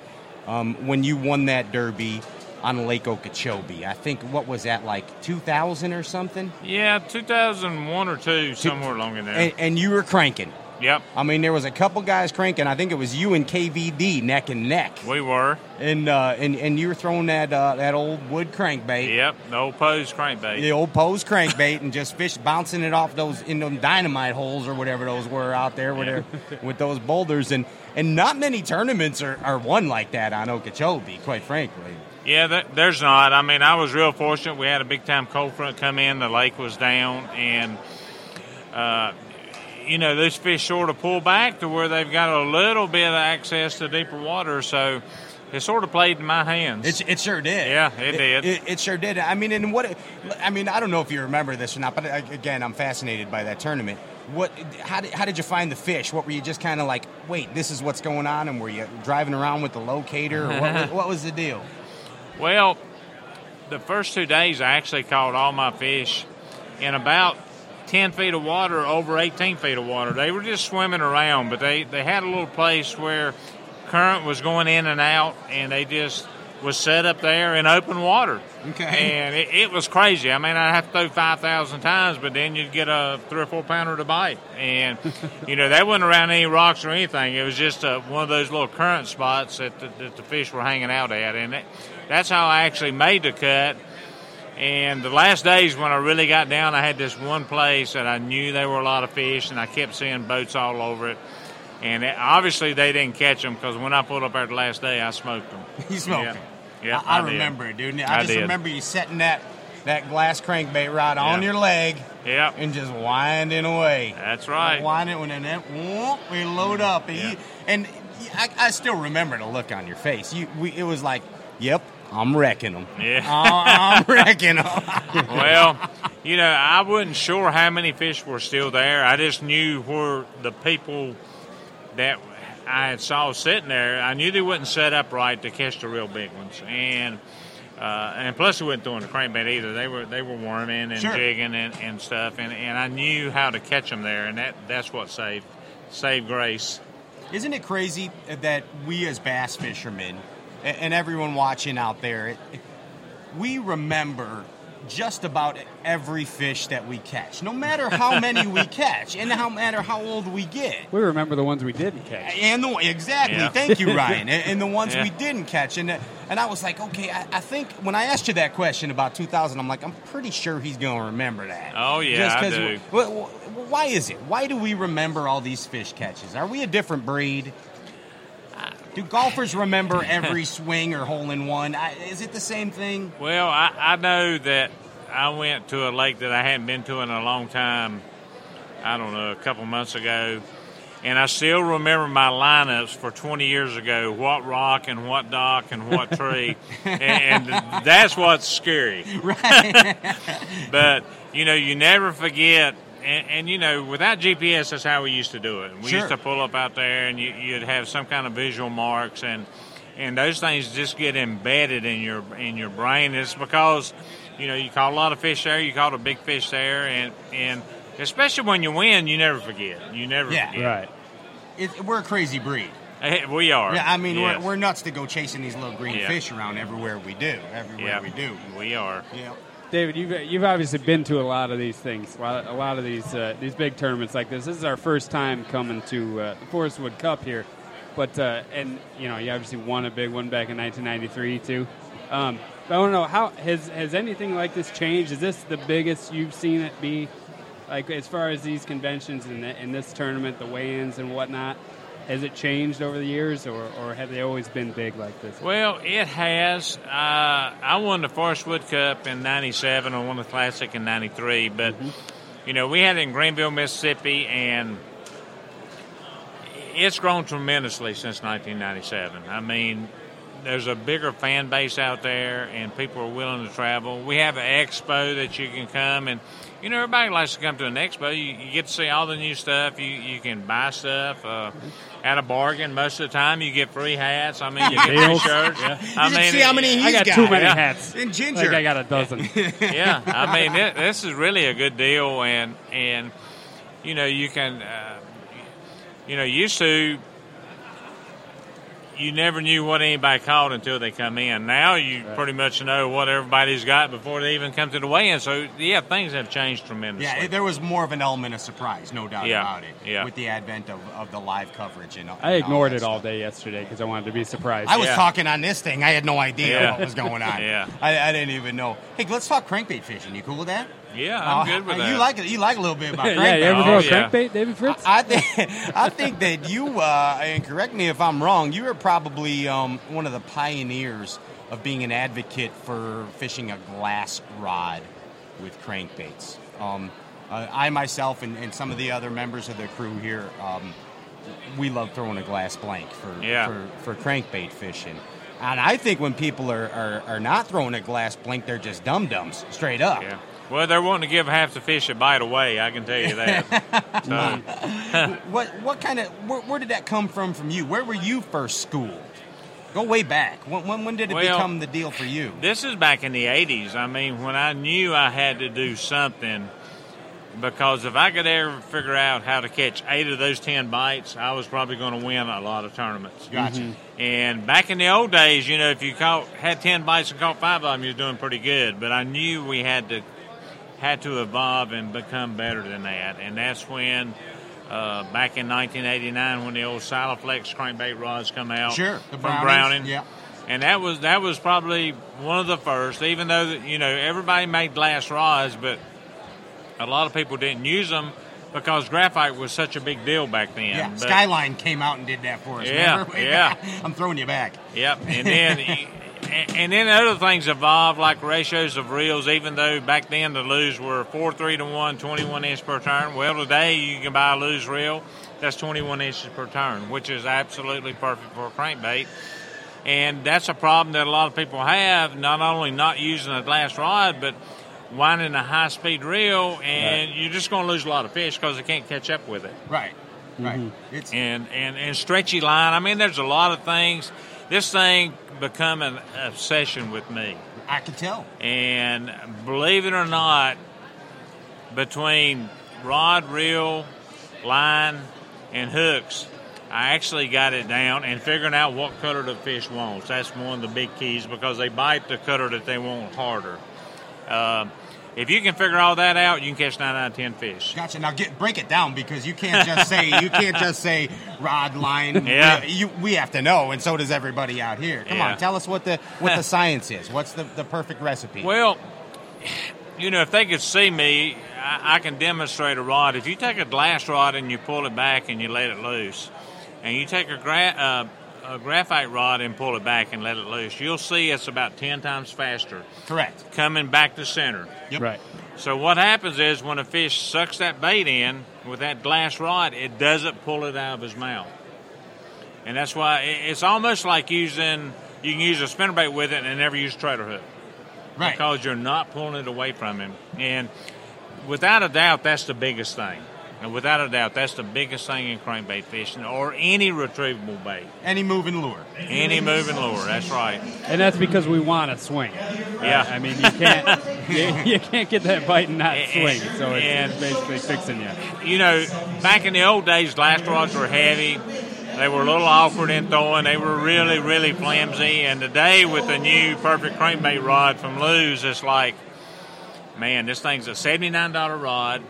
[SPEAKER 1] um, when you won that derby on Lake Okeechobee. I think what was that like 2000 or something,
[SPEAKER 6] Yeah, 2001 or two, somewhere along in there.
[SPEAKER 1] and, and you were cranking.
[SPEAKER 6] yep,
[SPEAKER 1] I mean, there was a couple guys cranking. I think it was you and KVD neck and neck,
[SPEAKER 6] we were.
[SPEAKER 1] and uh, and and you were throwing that uh, that old wood crankbait.
[SPEAKER 6] Yep, the old pose crankbait.
[SPEAKER 1] the old pose crankbait and just fish bouncing it off those in them dynamite holes or whatever those were out there with, their- with those boulders and and not many tournaments are, are won like that on Okeechobee, quite frankly.
[SPEAKER 6] Yeah, th- there's not. I mean, I was real fortunate. We had a big time cold front come in. The lake was down, and uh, you know those fish sort of pull back to where they've got a little bit of access to deeper water. So it sort of played in my hands.
[SPEAKER 1] It, it sure did.
[SPEAKER 6] Yeah, it did.
[SPEAKER 1] It, it sure did. I mean, and what? I mean, I don't know if you remember this or not, but uh, again, I'm fascinated by that tournament. What? How did, how did you find the fish? What were you just kind of like? Wait, this is what's going on, and were you driving around with the locator? Or what, what was the deal?
[SPEAKER 6] Well, the first two days I actually caught all my fish in about 10 feet of water, over 18 feet of water. They were just swimming around, but they, they had a little place where current was going in and out, and they just was set up there in open water.
[SPEAKER 1] Okay.
[SPEAKER 6] And it, it was crazy. I mean, I'd have to throw 5,000 times, but then you'd get a three or four pounder to bite. And, you know, they wasn't around any rocks or anything. It was just uh one of those little current spots that the, that the fish were hanging out at. And it, that's how I actually made the cut. And the last days when I really got down, I had this one place that I knew there were a lot of fish, and I kept seeing boats all over it. And it, obviously they didn't catch them because when I pulled up there the last day, I smoked them.
[SPEAKER 1] He smoked
[SPEAKER 6] Yeah.
[SPEAKER 1] it.
[SPEAKER 6] Yeah,
[SPEAKER 1] I, I,
[SPEAKER 6] I did.
[SPEAKER 1] remember it, dude. I,
[SPEAKER 6] I
[SPEAKER 1] just
[SPEAKER 6] did.
[SPEAKER 1] remember you setting that that glass crankbait rod on
[SPEAKER 6] Yeah.
[SPEAKER 1] your leg
[SPEAKER 6] Yep.
[SPEAKER 1] and just winding away.
[SPEAKER 6] That's right.
[SPEAKER 1] Wind it when and then whoop, we load up. And, you-
[SPEAKER 6] Mm. Yeah.
[SPEAKER 1] and I, I still remember the look on your face. You, we, it was like, yep, I'm wrecking them.
[SPEAKER 6] Yeah.
[SPEAKER 1] I'm wrecking them.
[SPEAKER 6] well, you know, I wasn't sure how many fish were still there. I just knew where the people that I had saw sitting there. I knew they wouldn't set up right to catch the real big ones, and uh, and plus they wasn't throwing the crankbait either. They were they were worming and
[SPEAKER 1] Sure.
[SPEAKER 6] jigging and, and stuff, and, and I knew how to catch them there, and that that's what saved saved grace.
[SPEAKER 1] Isn't it crazy that we as bass fishermen a- and everyone watching out there, it- we remember just about every fish that we catch, no matter how many we catch, and no matter how old we get.
[SPEAKER 2] We remember the ones we didn't catch.
[SPEAKER 1] And the exactly,
[SPEAKER 6] Yeah.
[SPEAKER 1] thank you, Ryan. And, and the ones
[SPEAKER 6] Yeah.
[SPEAKER 1] we didn't catch, and and I was like, okay, I, I think when I asked you that question about 2000, I'm like, I'm pretty sure he's gonna remember that.
[SPEAKER 6] Oh, yeah,
[SPEAKER 1] Just
[SPEAKER 6] I
[SPEAKER 1] 'cause
[SPEAKER 6] do.
[SPEAKER 1] w- w- w- why is it? Why do we remember all these fish catches? Are we a different breed? Do golfers remember every swing or hole in one? I, is it the same thing?
[SPEAKER 6] Well, I, I know that I went to a lake that I hadn't been to in a long time. I don't know, a couple months ago, and I still remember my lineups for 20 years ago. What rock and what dock and what tree, and, and that's what's scary.
[SPEAKER 1] Right.
[SPEAKER 6] But you know, you never forget. And, and you know, without GPS, that's how we used to do it. We
[SPEAKER 1] Sure.
[SPEAKER 6] used to pull up out there, and you, you'd have some kind of visual marks, and and those things just get embedded in your in your brain. It's because you know you caught a lot of fish there, you caught a big fish there, and and especially when you win, you never forget. You never
[SPEAKER 1] Yeah.
[SPEAKER 6] forget.
[SPEAKER 2] Right.
[SPEAKER 1] it, we're a crazy breed.
[SPEAKER 6] Eh, We are.
[SPEAKER 1] Yeah, I mean,
[SPEAKER 6] Yes.
[SPEAKER 1] we're, we're nuts to go chasing these little green
[SPEAKER 6] Yeah.
[SPEAKER 1] fish around everywhere we do. Everywhere
[SPEAKER 6] yeah,
[SPEAKER 1] we do.
[SPEAKER 6] We are.
[SPEAKER 1] Yeah.
[SPEAKER 2] David, you've you've obviously been to a lot of these things, a lot, a lot of these uh, these big tournaments like this. This is our first time coming to uh, the Forestwood Cup here, but uh, and you know you obviously won a big one back in 1993 too. Um, but I want to know how has has anything like this changed? Is this the biggest you've seen it be, like as far as these conventions and, the, and this tournament, the weigh-ins and whatnot? Has it changed over the years, or, or have they always been big like this?
[SPEAKER 6] Well, it has. Uh, I won the Forestwood Cup in '97. I won the Classic in '93. But you know, we had it in Greenville, Mississippi, and it's grown tremendously since 1997. I mean, there's a bigger fan base out there, and people are willing to travel. We have an expo that you can come, and you know, everybody likes to come to an expo. You, you get to see all the new stuff. You you can buy stuff uh, at a bargain. Most of the time, you get free hats. I mean, you get free
[SPEAKER 2] Deals.
[SPEAKER 6] shirts. I
[SPEAKER 1] You should
[SPEAKER 6] mean,
[SPEAKER 1] see how many
[SPEAKER 2] I
[SPEAKER 1] he's
[SPEAKER 2] got too many
[SPEAKER 6] yeah.
[SPEAKER 2] hats.
[SPEAKER 1] And ginger.
[SPEAKER 2] Like I got a dozen.
[SPEAKER 6] yeah, I mean it, this is really a good deal, and and you know you can, uh, you know, used to you never knew what anybody called until they come in. Now you pretty much know what everybody's got before they even come to the weigh-in. So yeah, things have changed tremendously.
[SPEAKER 1] Yeah, it, there was more of an element of surprise, no doubt
[SPEAKER 6] Yeah,
[SPEAKER 1] about it,
[SPEAKER 6] yeah.
[SPEAKER 1] with the advent of, of the live coverage. And,
[SPEAKER 2] I
[SPEAKER 1] and
[SPEAKER 2] ignored
[SPEAKER 1] that
[SPEAKER 2] it all
[SPEAKER 1] stuff.
[SPEAKER 2] day yesterday because I wanted to be surprised.
[SPEAKER 1] I was
[SPEAKER 6] Yeah.
[SPEAKER 1] talking on this thing. I had no idea
[SPEAKER 6] Yeah.
[SPEAKER 1] what was going on.
[SPEAKER 6] Yeah.
[SPEAKER 1] I, I didn't even know. Hey, let's talk crankbait fishing. You cool with that?
[SPEAKER 6] yeah, I'm
[SPEAKER 1] Uh,
[SPEAKER 6] good with
[SPEAKER 1] you
[SPEAKER 6] that.
[SPEAKER 1] Like it, you like a little bit about
[SPEAKER 2] yeah,
[SPEAKER 1] crankbait.
[SPEAKER 2] you ever
[SPEAKER 6] Oh,
[SPEAKER 2] throw a
[SPEAKER 6] yeah.
[SPEAKER 2] crankbait, David Fritz?
[SPEAKER 1] I think I think that you uh, and correct me if I'm wrong. You were probably um, one of the pioneers of being an advocate for fishing a glass rod with crankbaits. Um, uh, I myself and, and some of the other members of the crew here, um, we love throwing a glass blank for
[SPEAKER 6] Yeah.
[SPEAKER 1] for, for crankbait fishing. And I think when people are, are, are not throwing a glass blank, they're just dum dums straight up.
[SPEAKER 6] yeah. Well, they're wanting to give half the fish a bite away. I can tell you that. so,
[SPEAKER 1] What what kind of where, where did that come from from you? Where were you first schooled? Go way back. When when, when did it
[SPEAKER 6] Well-
[SPEAKER 1] become the deal for you?
[SPEAKER 6] This is back in the 80s. I mean, when I knew I had to do something, because if I could ever figure out how to catch eight of those 10 bites, I was probably going to win a lot of tournaments.
[SPEAKER 1] Gotcha.
[SPEAKER 6] And back in the old days, you know, if you caught had 10 bites and caught five of them, you're doing pretty good. But I knew we had to had to evolve and become better than that. And that's when, uh, back in 1989, when the old Siloflex crankbait rods come out
[SPEAKER 1] Sure, the
[SPEAKER 6] from
[SPEAKER 1] Brownings,
[SPEAKER 6] Browning
[SPEAKER 1] yeah.
[SPEAKER 6] and that was that was probably one of the first. Even though you know everybody made glass rods, but a lot of people didn't use them because graphite was such a big deal back then.
[SPEAKER 1] Yeah,
[SPEAKER 6] But-
[SPEAKER 1] Skyline came out and did that for us.
[SPEAKER 6] Yeah,
[SPEAKER 1] remember? Way
[SPEAKER 6] yeah.
[SPEAKER 1] back. I'm throwing you back.
[SPEAKER 6] Yep. And then and, and then other things evolved like ratios of reels, even though back then the loos were 4 3 to 1, 21 inch per turn. Well, today you can buy a loose reel that's 21 inches per turn, which is absolutely perfect for a crankbait. And that's a problem that a lot of people have, not only not using a glass rod, but winding a high speed reel, and you're just going to lose a lot of fish because they can't catch up with it
[SPEAKER 1] Right. Right. It's
[SPEAKER 6] and, and and stretchy line. I mean, there's a lot of things. This thing become an obsession with me,
[SPEAKER 1] I can tell.
[SPEAKER 6] and believe it or not, between rod, reel, line, and hooks, I actually got it down. And figuring out what color the fish wants that's one of the big keys because they bite the color that they want harder. Uh, if you can figure all that out, you can catch nine out of ten fish.
[SPEAKER 1] Gotcha. Now get break it down because you can't just say you can't just say rod line.
[SPEAKER 6] Yeah.
[SPEAKER 1] You, we have to know, and so does everybody out here. Come
[SPEAKER 6] Yeah.
[SPEAKER 1] on, tell us what the what the science is. What's the, the perfect recipe?
[SPEAKER 6] Well, you know, if they could see me, I, I can demonstrate a rod. If you take a glass rod and you pull it back and you let it loose, and you take a, gra- uh, a graphite rod and pull it back and let it loose, you'll see it's about 10 times faster
[SPEAKER 1] Correct.
[SPEAKER 6] coming back to center.
[SPEAKER 1] Yep.
[SPEAKER 2] Right.
[SPEAKER 6] So what happens is when a fish sucks that bait in with that glass rod, it doesn't pull it out of his mouth, and that's why it- it's almost like using you can use a spinnerbait with it and never use a trailer hook
[SPEAKER 1] Right.
[SPEAKER 6] because you're not pulling it away from him. And without a doubt, that's the biggest thing. And without a doubt, that's the biggest thing in crankbait fishing or any retrievable bait,
[SPEAKER 1] Any moving lure.
[SPEAKER 6] any moving lure. That's right.
[SPEAKER 2] And that's because we want to swing.
[SPEAKER 6] Yeah.
[SPEAKER 2] I mean, you can't you, you can't get that bite and not
[SPEAKER 1] Eh,
[SPEAKER 6] And-
[SPEAKER 2] swing. So it's,
[SPEAKER 6] and-
[SPEAKER 2] it's basically fixing you.
[SPEAKER 6] you know, back in the old days, glass rods were heavy. They were a little awkward in throwing. They were really, really flimsy. And today, with the new perfect crankbait rod from Lou's, it's like, man, this thing's a seventy-nine dollar rod,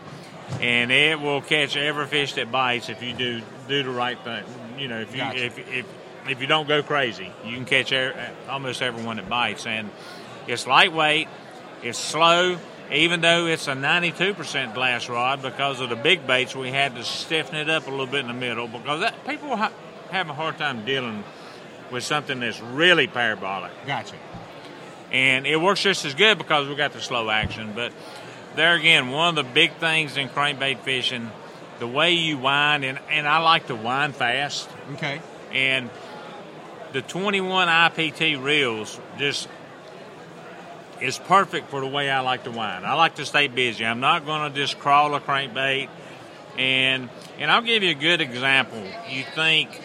[SPEAKER 6] and it will catch every fish that bites if you do do the right thing. You know, if you
[SPEAKER 1] Gotcha.
[SPEAKER 6] if if if you don't go crazy, you can catch er- almost everyone that bites. And it's lightweight. It's slow, even though it's a 92% glass rod because of the big baits. We had to stiffen it up a little bit in the middle because that, people ha- have a hard time dealing with something that's really parabolic.
[SPEAKER 1] Gotcha.
[SPEAKER 6] And it works just as good because we got the slow action. But there again, one of the big things in crankbait fishing, the way you wind, and, and I like to wind fast
[SPEAKER 1] Okay.
[SPEAKER 6] and the 21 IPT reels just is perfect for the way I like to wind. I like to stay busy. I'm not going to just crawl a crankbait. And and I'll give you a good example. You think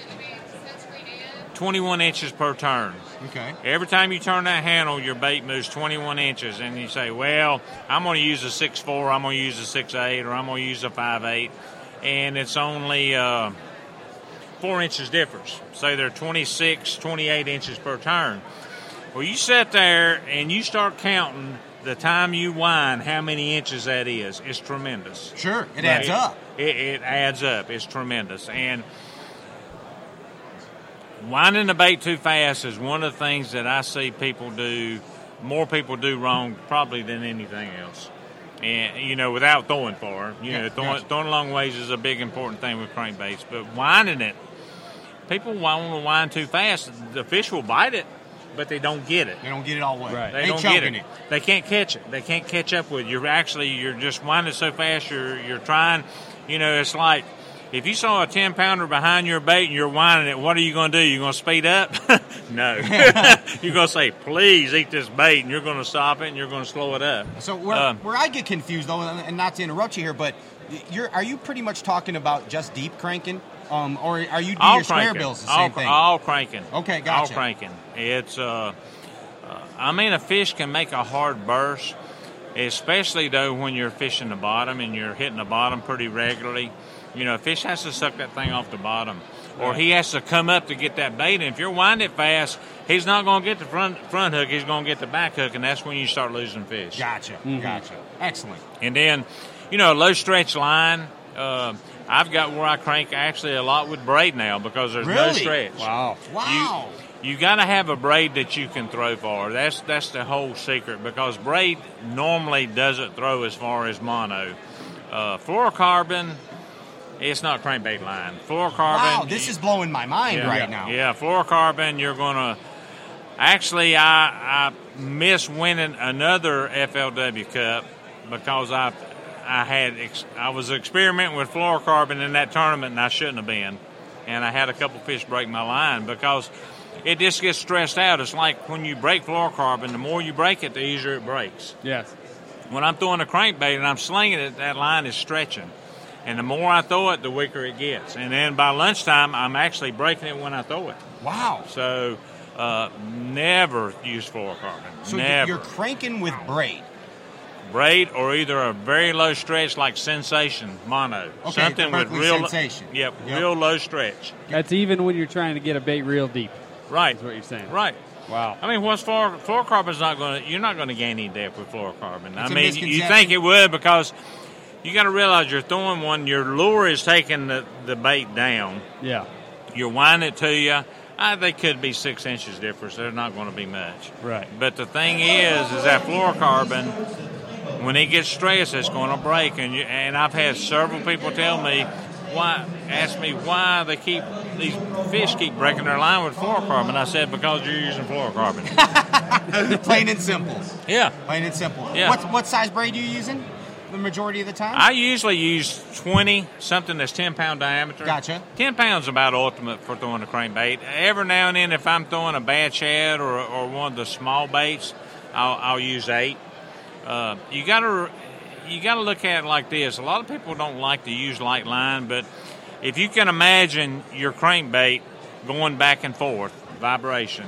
[SPEAKER 6] 21 inches per turn.
[SPEAKER 1] Okay.
[SPEAKER 6] Every time you turn that handle, your bait moves 21 inches, and you say, "Well, I'm going to use a 6.4, I'm going to use a 6.8, or I'm going to use a 5.8," and it's only uh, four inches difference. Say they're 26, 28 inches per turn. Well, you sit there and you start counting the time you wind, how many inches that is. It's tremendous.
[SPEAKER 1] Sure. It adds
[SPEAKER 6] Right.
[SPEAKER 1] up.
[SPEAKER 6] It, it adds up. It's tremendous. And winding the bait too fast is one of the things that I see people do, more people do wrong probably than anything else. And, you know, without throwing far, you
[SPEAKER 1] Yeah,
[SPEAKER 6] know, throwing,
[SPEAKER 1] gotcha.
[SPEAKER 6] throwing long ways is a big important thing with crankbaits. But winding it, people want to wind too fast. The fish will bite it, but they don't get it
[SPEAKER 1] They don't get it all wet.
[SPEAKER 2] Right.
[SPEAKER 6] they,
[SPEAKER 1] They,
[SPEAKER 6] don't get
[SPEAKER 1] choking
[SPEAKER 6] it.
[SPEAKER 1] it.
[SPEAKER 6] They can't catch it. They can't catch up with it. you're actually you're just winding so fast. You're you're trying, you know. It's like if you saw a ten pounder behind your bait and you're winding it, what are you going to do? You're going to speed up? no. you're going to say, "Please eat this bait," and you're going to stop it and you're going to slow it up.
[SPEAKER 1] So where,
[SPEAKER 6] Um,
[SPEAKER 1] where I get confused though, and and not to interrupt you here, but you're are you pretty much talking about just deep cranking, um, or are you do
[SPEAKER 6] all
[SPEAKER 1] your square
[SPEAKER 6] cranking.
[SPEAKER 1] bills the
[SPEAKER 6] all,
[SPEAKER 1] same thing?
[SPEAKER 6] all cranking.
[SPEAKER 1] Okay, gotcha.
[SPEAKER 6] All cranking. It's uh, uh, I mean, a fish can make a hard burst, especially though when you're fishing the bottom and you're hitting the bottom pretty regularly. You know, a fish has to suck that thing off the bottom, or he has to come up to get that bait. And if you're winding it fast, he's not going to get the front front hook. He's going to get the back hook, and that's when you start losing fish.
[SPEAKER 1] Gotcha.
[SPEAKER 6] Mm-hmm.
[SPEAKER 1] Gotcha. Excellent.
[SPEAKER 6] And then, you know, a low stretch line. Uh, I've got where I crank actually a lot with braid now because there's no
[SPEAKER 1] Really?
[SPEAKER 6] stretch.
[SPEAKER 2] Wow.
[SPEAKER 1] Wow.
[SPEAKER 6] You, you got to have a braid that you can throw far. That's that's the whole secret because braid normally doesn't throw as far as mono. Uh, fluorocarbon It's not crankbait line. Fluorocarbon.
[SPEAKER 1] Wow, this is blowing my mind
[SPEAKER 6] yeah,
[SPEAKER 1] right now.
[SPEAKER 6] Yeah, fluorocarbon. You're gonna. Actually, I I miss winning another FLW Cup because I I had ex, I was experimenting with fluorocarbon in that tournament and I shouldn't have been, and I had a couple fish break my line because it just gets stressed out. It's like when you break fluorocarbon, the more you break it, the easier it breaks
[SPEAKER 2] Yes.
[SPEAKER 6] when I'm throwing a crankbait and I'm slinging it, that line is stretching. And the more I throw it, the weaker it gets. And then by lunchtime, I'm actually breaking it when I throw it.
[SPEAKER 1] Wow.
[SPEAKER 6] So uh, never use fluorocarbon.
[SPEAKER 1] So you're,
[SPEAKER 6] never.
[SPEAKER 1] you're cranking with braid.
[SPEAKER 6] Braid or either a very low stretch like Sensation Mono.
[SPEAKER 1] Okay,
[SPEAKER 6] Something with
[SPEAKER 1] Berkeley
[SPEAKER 6] real
[SPEAKER 1] Sensation.
[SPEAKER 6] Yep,
[SPEAKER 1] Yep.
[SPEAKER 6] real low stretch.
[SPEAKER 2] That's even when you're trying to get a bait real deep.
[SPEAKER 6] Right.
[SPEAKER 2] Is what you're saying.
[SPEAKER 6] Right.
[SPEAKER 2] Wow.
[SPEAKER 6] I mean, what's fluor- fluorocarbon's not going to, you're not going to gain any depth with fluorocarbon.
[SPEAKER 1] It's
[SPEAKER 6] I
[SPEAKER 1] a
[SPEAKER 6] mean, you
[SPEAKER 1] misconception.
[SPEAKER 6] think it would because you got to realize you're throwing one, your lure is taking the, the bait down,
[SPEAKER 2] Yeah.
[SPEAKER 6] you're winding it to you. Uh, they could be six inches difference. They're not going to be much.
[SPEAKER 2] Right.
[SPEAKER 6] But the thing is, is that fluorocarbon, when it gets stressed, it's going to break. And you, and I've had several people tell me why, ask me why they keep these fish keep breaking their line with fluorocarbon. I said because you're using fluorocarbon.
[SPEAKER 1] Plain and simple.
[SPEAKER 6] Yeah.
[SPEAKER 1] Plain and simple.
[SPEAKER 6] Yeah.
[SPEAKER 1] What, what size braid are you using the majority of the time?
[SPEAKER 6] I usually use 20, something that's 10 pound diameter.
[SPEAKER 1] Gotcha.
[SPEAKER 6] 10 pounds about ultimate for throwing a crankbait. Every now and then, if I'm throwing a bad shad or, or one of the small baits, I'll, I'll use eight. Uh, you got to you got to look at it like this. A lot of people don't like to use light line, but if you can imagine your crankbait going back and forth, vibration,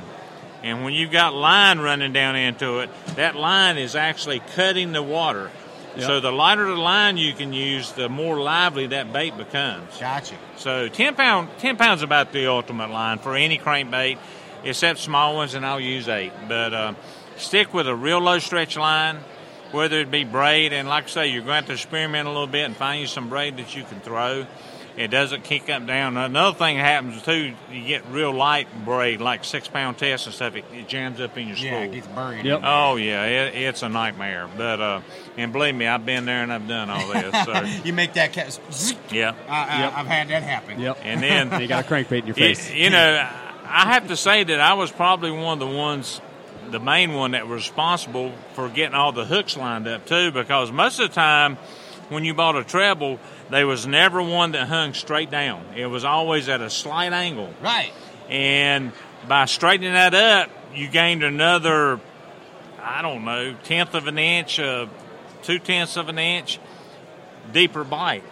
[SPEAKER 6] and when you've got line running down into it, that line is actually cutting the water. So the lighter the line you can use, the more lively that bait becomes.
[SPEAKER 1] gotcha.
[SPEAKER 6] So ten pound, ten pounds about the ultimate line for any crankbait, except small ones, and I'll use eight. But uh, stick with a real low stretch line, whether it be braid, and like I say, you're going to have to experiment a little bit and find you some braid that you can throw. It doesn't kick up down. Another thing that happens too, you get real light braid, like six pound test and stuff. It, it jams up in your spool.
[SPEAKER 1] Yeah, it gets buried.
[SPEAKER 2] Yep.
[SPEAKER 6] Oh yeah, it, it's a nightmare. But uh, and believe me, I've been there and I've done all this. So
[SPEAKER 1] You make that catch. Zzz.
[SPEAKER 6] yeah,
[SPEAKER 1] I, I,
[SPEAKER 2] Yep.
[SPEAKER 1] I've had that happen.
[SPEAKER 2] Yep.
[SPEAKER 6] and then
[SPEAKER 2] you got a crankbait in your
[SPEAKER 6] Y-
[SPEAKER 2] face.
[SPEAKER 6] You, know, I have to say that I was probably one of the ones, the main one that was responsible for getting all the hooks lined up too, because most of the time when you bought a treble, there was never one that hung straight down. It was always at a slight angle,
[SPEAKER 1] Right.
[SPEAKER 6] and by straightening that up, you gained another, I don't know, tenth of an inch, uh, two tenths of an inch deeper bite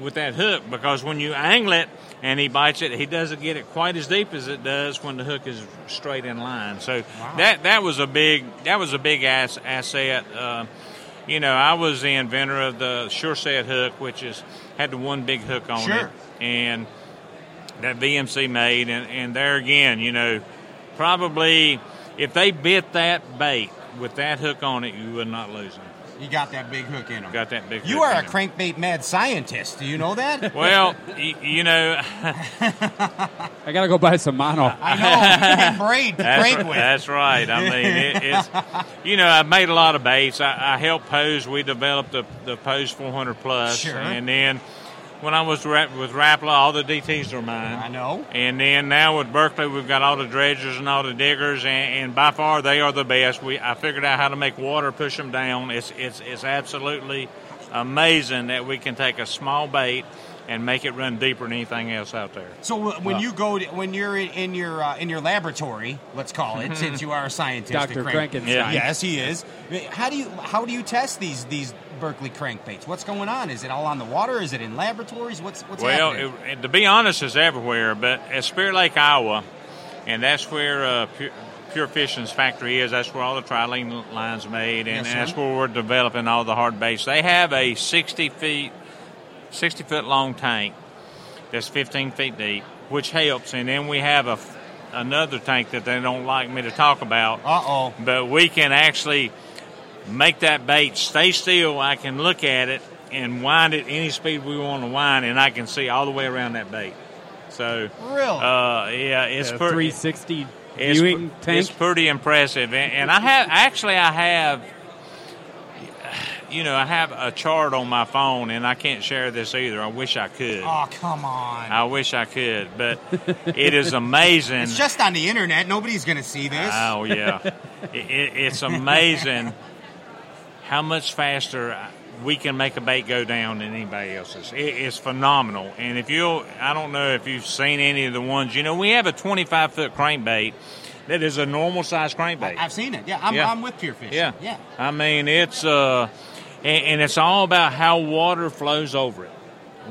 [SPEAKER 6] with that hook because when you angle it and he bites it, he doesn't get it quite as deep as it does when the hook is straight in line. So that that was a big that was a big ass, asset. Uh, you know, I was the inventor of the sure set hook, which is had the one big hook on
[SPEAKER 1] Sure.
[SPEAKER 6] it, and that VMC made, and, and there again, you know, probably if they bit that bait with that hook on it, you would not lose them.
[SPEAKER 1] You got that big hook in them.
[SPEAKER 6] Got that big.
[SPEAKER 1] you
[SPEAKER 6] hook
[SPEAKER 1] are
[SPEAKER 6] in
[SPEAKER 1] a
[SPEAKER 6] them.
[SPEAKER 1] crankbait mad scientist. Do you know that?
[SPEAKER 6] Well, y- you know,
[SPEAKER 2] I got to go buy some mono.
[SPEAKER 1] I know. And braid to
[SPEAKER 6] That's,
[SPEAKER 1] crank
[SPEAKER 6] right-
[SPEAKER 1] with.
[SPEAKER 6] that's right. I mean, it, it's you know, I've made a lot of baits. I, I helped Pose. We developed the the Pose 400 Plus,
[SPEAKER 1] Sure.
[SPEAKER 6] and then when I was ra- with Rapala, all the DTs are mine.
[SPEAKER 1] I know.
[SPEAKER 6] And then now with Berkeley, we've got all the dredgers and all the diggers, and, and by far they are the best. We I figured out how to make water push them down. It's it's it's absolutely amazing that we can take a small bait and make it run deeper than anything else out there.
[SPEAKER 1] So w- when you go, to, when you're in, in your uh, in your laboratory, let's call
[SPEAKER 6] Mm-hmm.
[SPEAKER 1] it, since you are a scientist, at
[SPEAKER 2] Dr.
[SPEAKER 1] crank-
[SPEAKER 2] Frankenstein.
[SPEAKER 6] Yeah.
[SPEAKER 1] Yes, he is. How do you how do you test these these Berkeley crankbaits? What's going on? Is it all on the water? Is it in laboratories? What's what's
[SPEAKER 6] Well,
[SPEAKER 1] happening?
[SPEAKER 6] it- it- to be honest, it's everywhere, but at Spirit Lake, Iowa, and that's where uh, Pure, Pure Fishing's factory is. That's where all the trilene lines made,
[SPEAKER 1] Yes,
[SPEAKER 6] and, and that's
[SPEAKER 1] sir.
[SPEAKER 6] where we're developing all the hard baits. They have a 60 feet, 60 foot long tank that's 15 feet deep, which helps. And then we have a f- another tank that they don't like me to talk about
[SPEAKER 1] Uh oh.
[SPEAKER 6] but we can actually make that bait stay still. I can look at it and wind it any speed we want to wind, and I can see all the way around that bait. So,
[SPEAKER 1] Really?
[SPEAKER 6] uh, yeah, it's
[SPEAKER 2] A
[SPEAKER 6] per-
[SPEAKER 2] 360
[SPEAKER 6] it's
[SPEAKER 2] viewing
[SPEAKER 6] pre-
[SPEAKER 2] tank.
[SPEAKER 6] It's pretty impressive, and, and I have actually I have. you know, I have a chart on my phone, and I can't share this either. I wish I could.
[SPEAKER 1] Oh, come on.
[SPEAKER 6] I wish I could, but it is amazing.
[SPEAKER 1] It's just on the internet. Nobody's going to see this.
[SPEAKER 6] Oh yeah, it, it, it's amazing how much faster we can make a bait go down than anybody else's. It, it's phenomenal. And if you, I don't know if you've seen any of the ones. You know, we have a 25 foot crankbait that is a normal size crankbait.
[SPEAKER 1] I've seen it. Yeah, I'm,
[SPEAKER 6] Yeah.
[SPEAKER 1] I'm with pure fishing.
[SPEAKER 6] Yeah.
[SPEAKER 1] Yeah.
[SPEAKER 6] I mean, it's uh, and, and it's all about how water flows over it.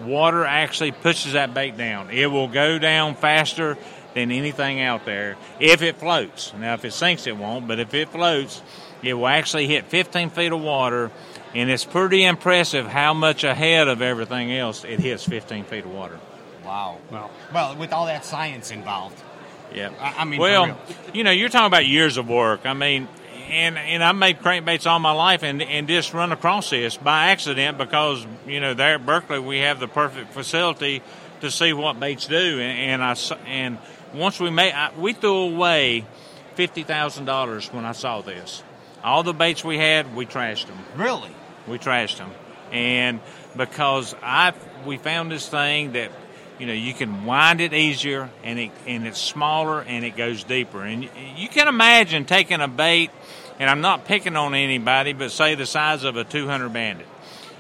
[SPEAKER 6] Water actually pushes that bait down. It will go down faster than anything out there if it floats. Now, if it sinks, it won't. But if it floats, it will actually hit 15 feet of water, and it's pretty impressive how much ahead of everything else it hits 15 feet of water.
[SPEAKER 1] Wow.
[SPEAKER 2] Wow.
[SPEAKER 1] Well, with all that science involved.
[SPEAKER 6] Yeah,
[SPEAKER 1] I- I mean, for
[SPEAKER 6] well,
[SPEAKER 1] real.
[SPEAKER 6] you know, you're talking about years of work. I mean, and and I made crankbaits all my life, and and just run across this by accident because you know there at Berkeley we have the perfect facility to see what baits do, and, and I s- and once we made I, we threw away fifty thousand dollars when I saw this. All the baits we had, we trashed them.
[SPEAKER 1] Really?
[SPEAKER 6] We trashed them, and because I we found this thing that you know you can wind it easier, and it and it's smaller and it goes deeper, and y- you can imagine taking a bait, and I'm not picking on anybody, but say the size of a 200 bandit.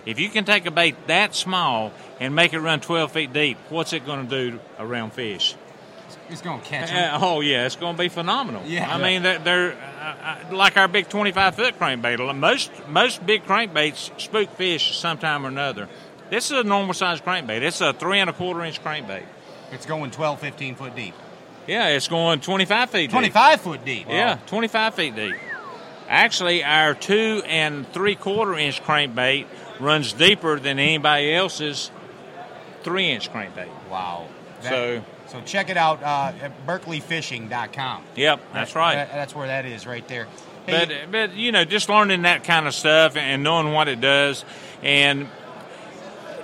[SPEAKER 6] If you can take a bait that small and make it run 12 feet deep, what's it going to do around fish?
[SPEAKER 1] It's going to catch him.
[SPEAKER 6] Uh, oh yeah, it's going to be phenomenal.
[SPEAKER 1] Yeah.
[SPEAKER 6] I mean they're, they're uh, uh, like our big twenty-five foot crankbait. Most most big crankbaits spook fish sometime or another. This is a normal sized crankbait. It's a three and a quarter inch crankbait.
[SPEAKER 1] It's going 12, 15 foot deep.
[SPEAKER 6] Yeah, it's going twenty-five feet. deep.
[SPEAKER 1] 25 foot deep.
[SPEAKER 6] Yeah, 25 feet deep. Actually, our two and three quarter inch crankbait runs deeper than anybody else's three inch crankbait.
[SPEAKER 1] Oh, Wow.
[SPEAKER 6] So-
[SPEAKER 1] so check it out uh, at berkeleyfishing.com.
[SPEAKER 6] Yep, that's right.
[SPEAKER 1] That- that's where that is right there. Hey,
[SPEAKER 6] But but you know, just learning that kind of stuff and knowing what it does, and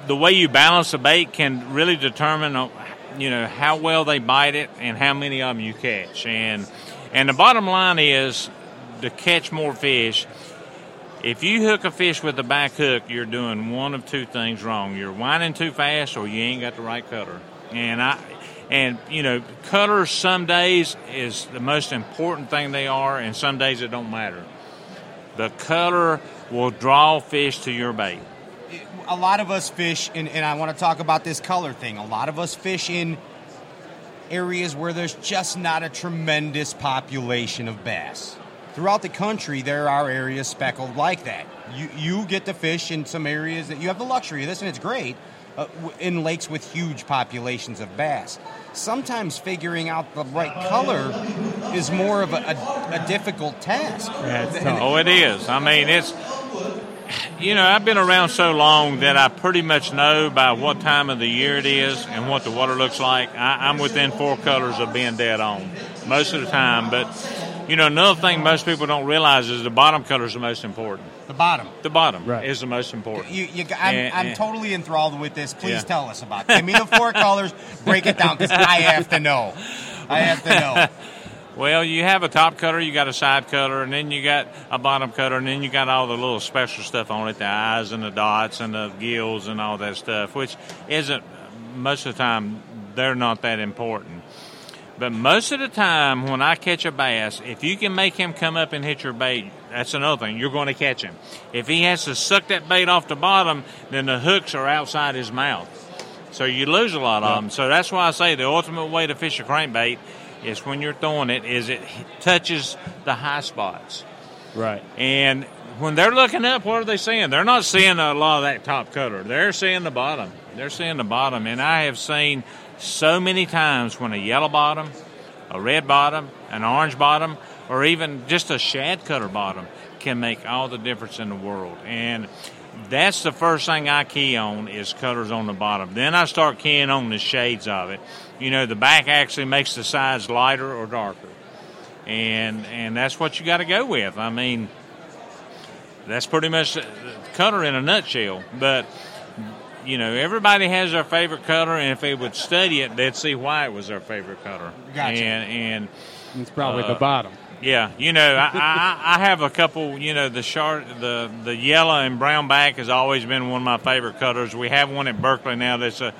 [SPEAKER 6] the way you balance a bait can really determine, uh, you know, how well they bite it and how many of them you catch. And and the bottom line is to catch more fish. If you hook a fish with a back hook, you're doing one of two things wrong. You're winding too fast or you ain't got the right cutter. And I and you know, cutters some days is the most important thing they are and some days it don't matter. The cutter will draw fish to your bait.
[SPEAKER 1] a lot of us fish, and, and I want to talk about this color thing. A lot of us fish in areas where there's just not a tremendous population of bass. Throughout the country, there are areas speckled like that. You, you get to fish in some areas that you have the luxury of this, and it's great, uh, w- in lakes with huge populations of bass. Sometimes figuring out the right color is more of a, a, a difficult task.
[SPEAKER 2] Yeah, it's tough.
[SPEAKER 6] Oh, it is. I mean, it's. You know, I've been around so long that I pretty much know by what time of the year it is and what the water looks like. I, I'm within four colors of being dead on most of the time. But, you know, another thing most people don't realize is the bottom color is the most important.
[SPEAKER 1] The bottom.
[SPEAKER 6] The bottom
[SPEAKER 2] Right.
[SPEAKER 6] is the most important.
[SPEAKER 1] You, you, I'm,
[SPEAKER 6] Yeah,
[SPEAKER 1] I'm
[SPEAKER 6] yeah.
[SPEAKER 1] totally enthralled with this. Please
[SPEAKER 6] Eh, Yeah.
[SPEAKER 1] tell us about it. Give me the four colors. Break it down because I have to know. I have to know.
[SPEAKER 6] Well, you have a top cutter, you got a side cutter, and then you got a bottom cutter, and then you got all the little special stuff on it the eyes and the dots and the gills and all that stuff, which isn't most of the time, they're not that important. But most of the time, when I catch a bass, if you can make him come up and hit your bait, that's another thing. You're going to catch him. If he has to suck that bait off the bottom, then the hooks are outside his mouth. So you lose a lot of them. So that's why I say the ultimate way to fish a crankbait is when you're throwing it, is it h- touches the high spots.
[SPEAKER 2] Right.
[SPEAKER 6] And when they're looking up, what are they seeing? They're not seeing a lot of that top cutter. They're seeing the bottom. They're seeing the bottom. And I have seen so many times when a yellow bottom, a red bottom, an orange bottom, or even just a shad cutter bottom can make all the difference in the world. And that's the first thing I key on is cutters on the bottom. Then I start keying on the shades of it. You know, the back actually makes the sides lighter or darker. And and that's what you got to go with. I mean, that's pretty much the cutter in a nutshell. But you know, everybody has their favorite cutter, and if they would study it, they'd see why it was their favorite cutter.
[SPEAKER 1] Gotcha.
[SPEAKER 6] And and
[SPEAKER 1] Uh,
[SPEAKER 2] It's probably the bottom.
[SPEAKER 6] Yeah, you know, I, I, I have a couple. You know, the shard, the the yellow and brown back has always been one of my favorite cutters. We have one at Berkeley now. That's a,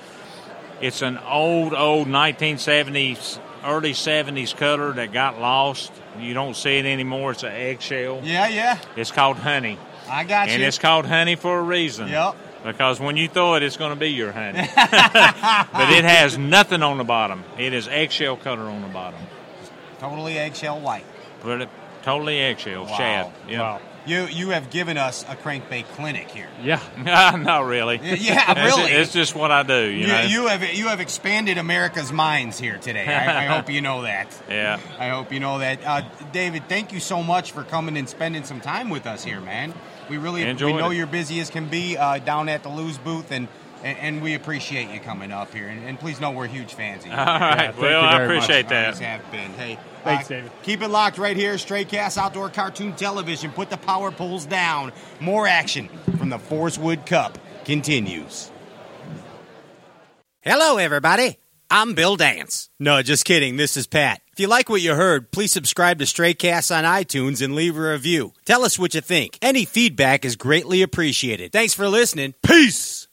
[SPEAKER 6] it's an old old 1970s, early 70s cutter that got lost. You don't see it anymore. It's an eggshell.
[SPEAKER 1] Yeah, yeah.
[SPEAKER 6] It's called honey,
[SPEAKER 1] I got
[SPEAKER 6] and
[SPEAKER 1] you.
[SPEAKER 6] it's called honey for a reason.
[SPEAKER 1] Yep.
[SPEAKER 6] Because when you throw it, it's going to be your honey. but it has nothing on the bottom. It is eggshell cutter on the bottom.
[SPEAKER 1] totally eggshell white.
[SPEAKER 6] Put it totally eggshell,
[SPEAKER 1] Wow.
[SPEAKER 6] shad. Yeah.
[SPEAKER 2] Wow.
[SPEAKER 1] You you have given us a crankbait clinic here.
[SPEAKER 2] Yeah.
[SPEAKER 6] Not really.
[SPEAKER 1] Y- yeah,
[SPEAKER 6] That's-
[SPEAKER 1] really.
[SPEAKER 6] It's just what I do. You,
[SPEAKER 1] You,
[SPEAKER 6] know.
[SPEAKER 1] you have you have expanded America's minds here today. I, I hope you know that.
[SPEAKER 6] yeah.
[SPEAKER 1] I hope you know that, uh, David. Thank you so much for coming and spending some time with us here, man. We really
[SPEAKER 6] Enjoyed
[SPEAKER 1] we know
[SPEAKER 6] it.
[SPEAKER 1] you're busy as can be uh, down at the lose booth, and, and and we appreciate you coming up here. And, and please know we're huge fans of you.
[SPEAKER 6] All right.
[SPEAKER 2] thank
[SPEAKER 6] well,
[SPEAKER 2] you
[SPEAKER 6] I
[SPEAKER 2] very much.
[SPEAKER 6] appreciate
[SPEAKER 1] Always
[SPEAKER 6] that.
[SPEAKER 1] have been. Hey, uh,
[SPEAKER 2] Thanks, David.
[SPEAKER 1] Keep it locked right here. Stray Cast Outdoor Cartoon Television. Put the power poles down. More action from the Forcewood Cup continues. Hello, everybody. I'm Bill Dance. No, just kidding. This is Pat. If you like what you heard, please subscribe to Straycast on iTunes and leave a review. Tell us what you think. Any feedback is greatly appreciated. Thanks for listening. Peace.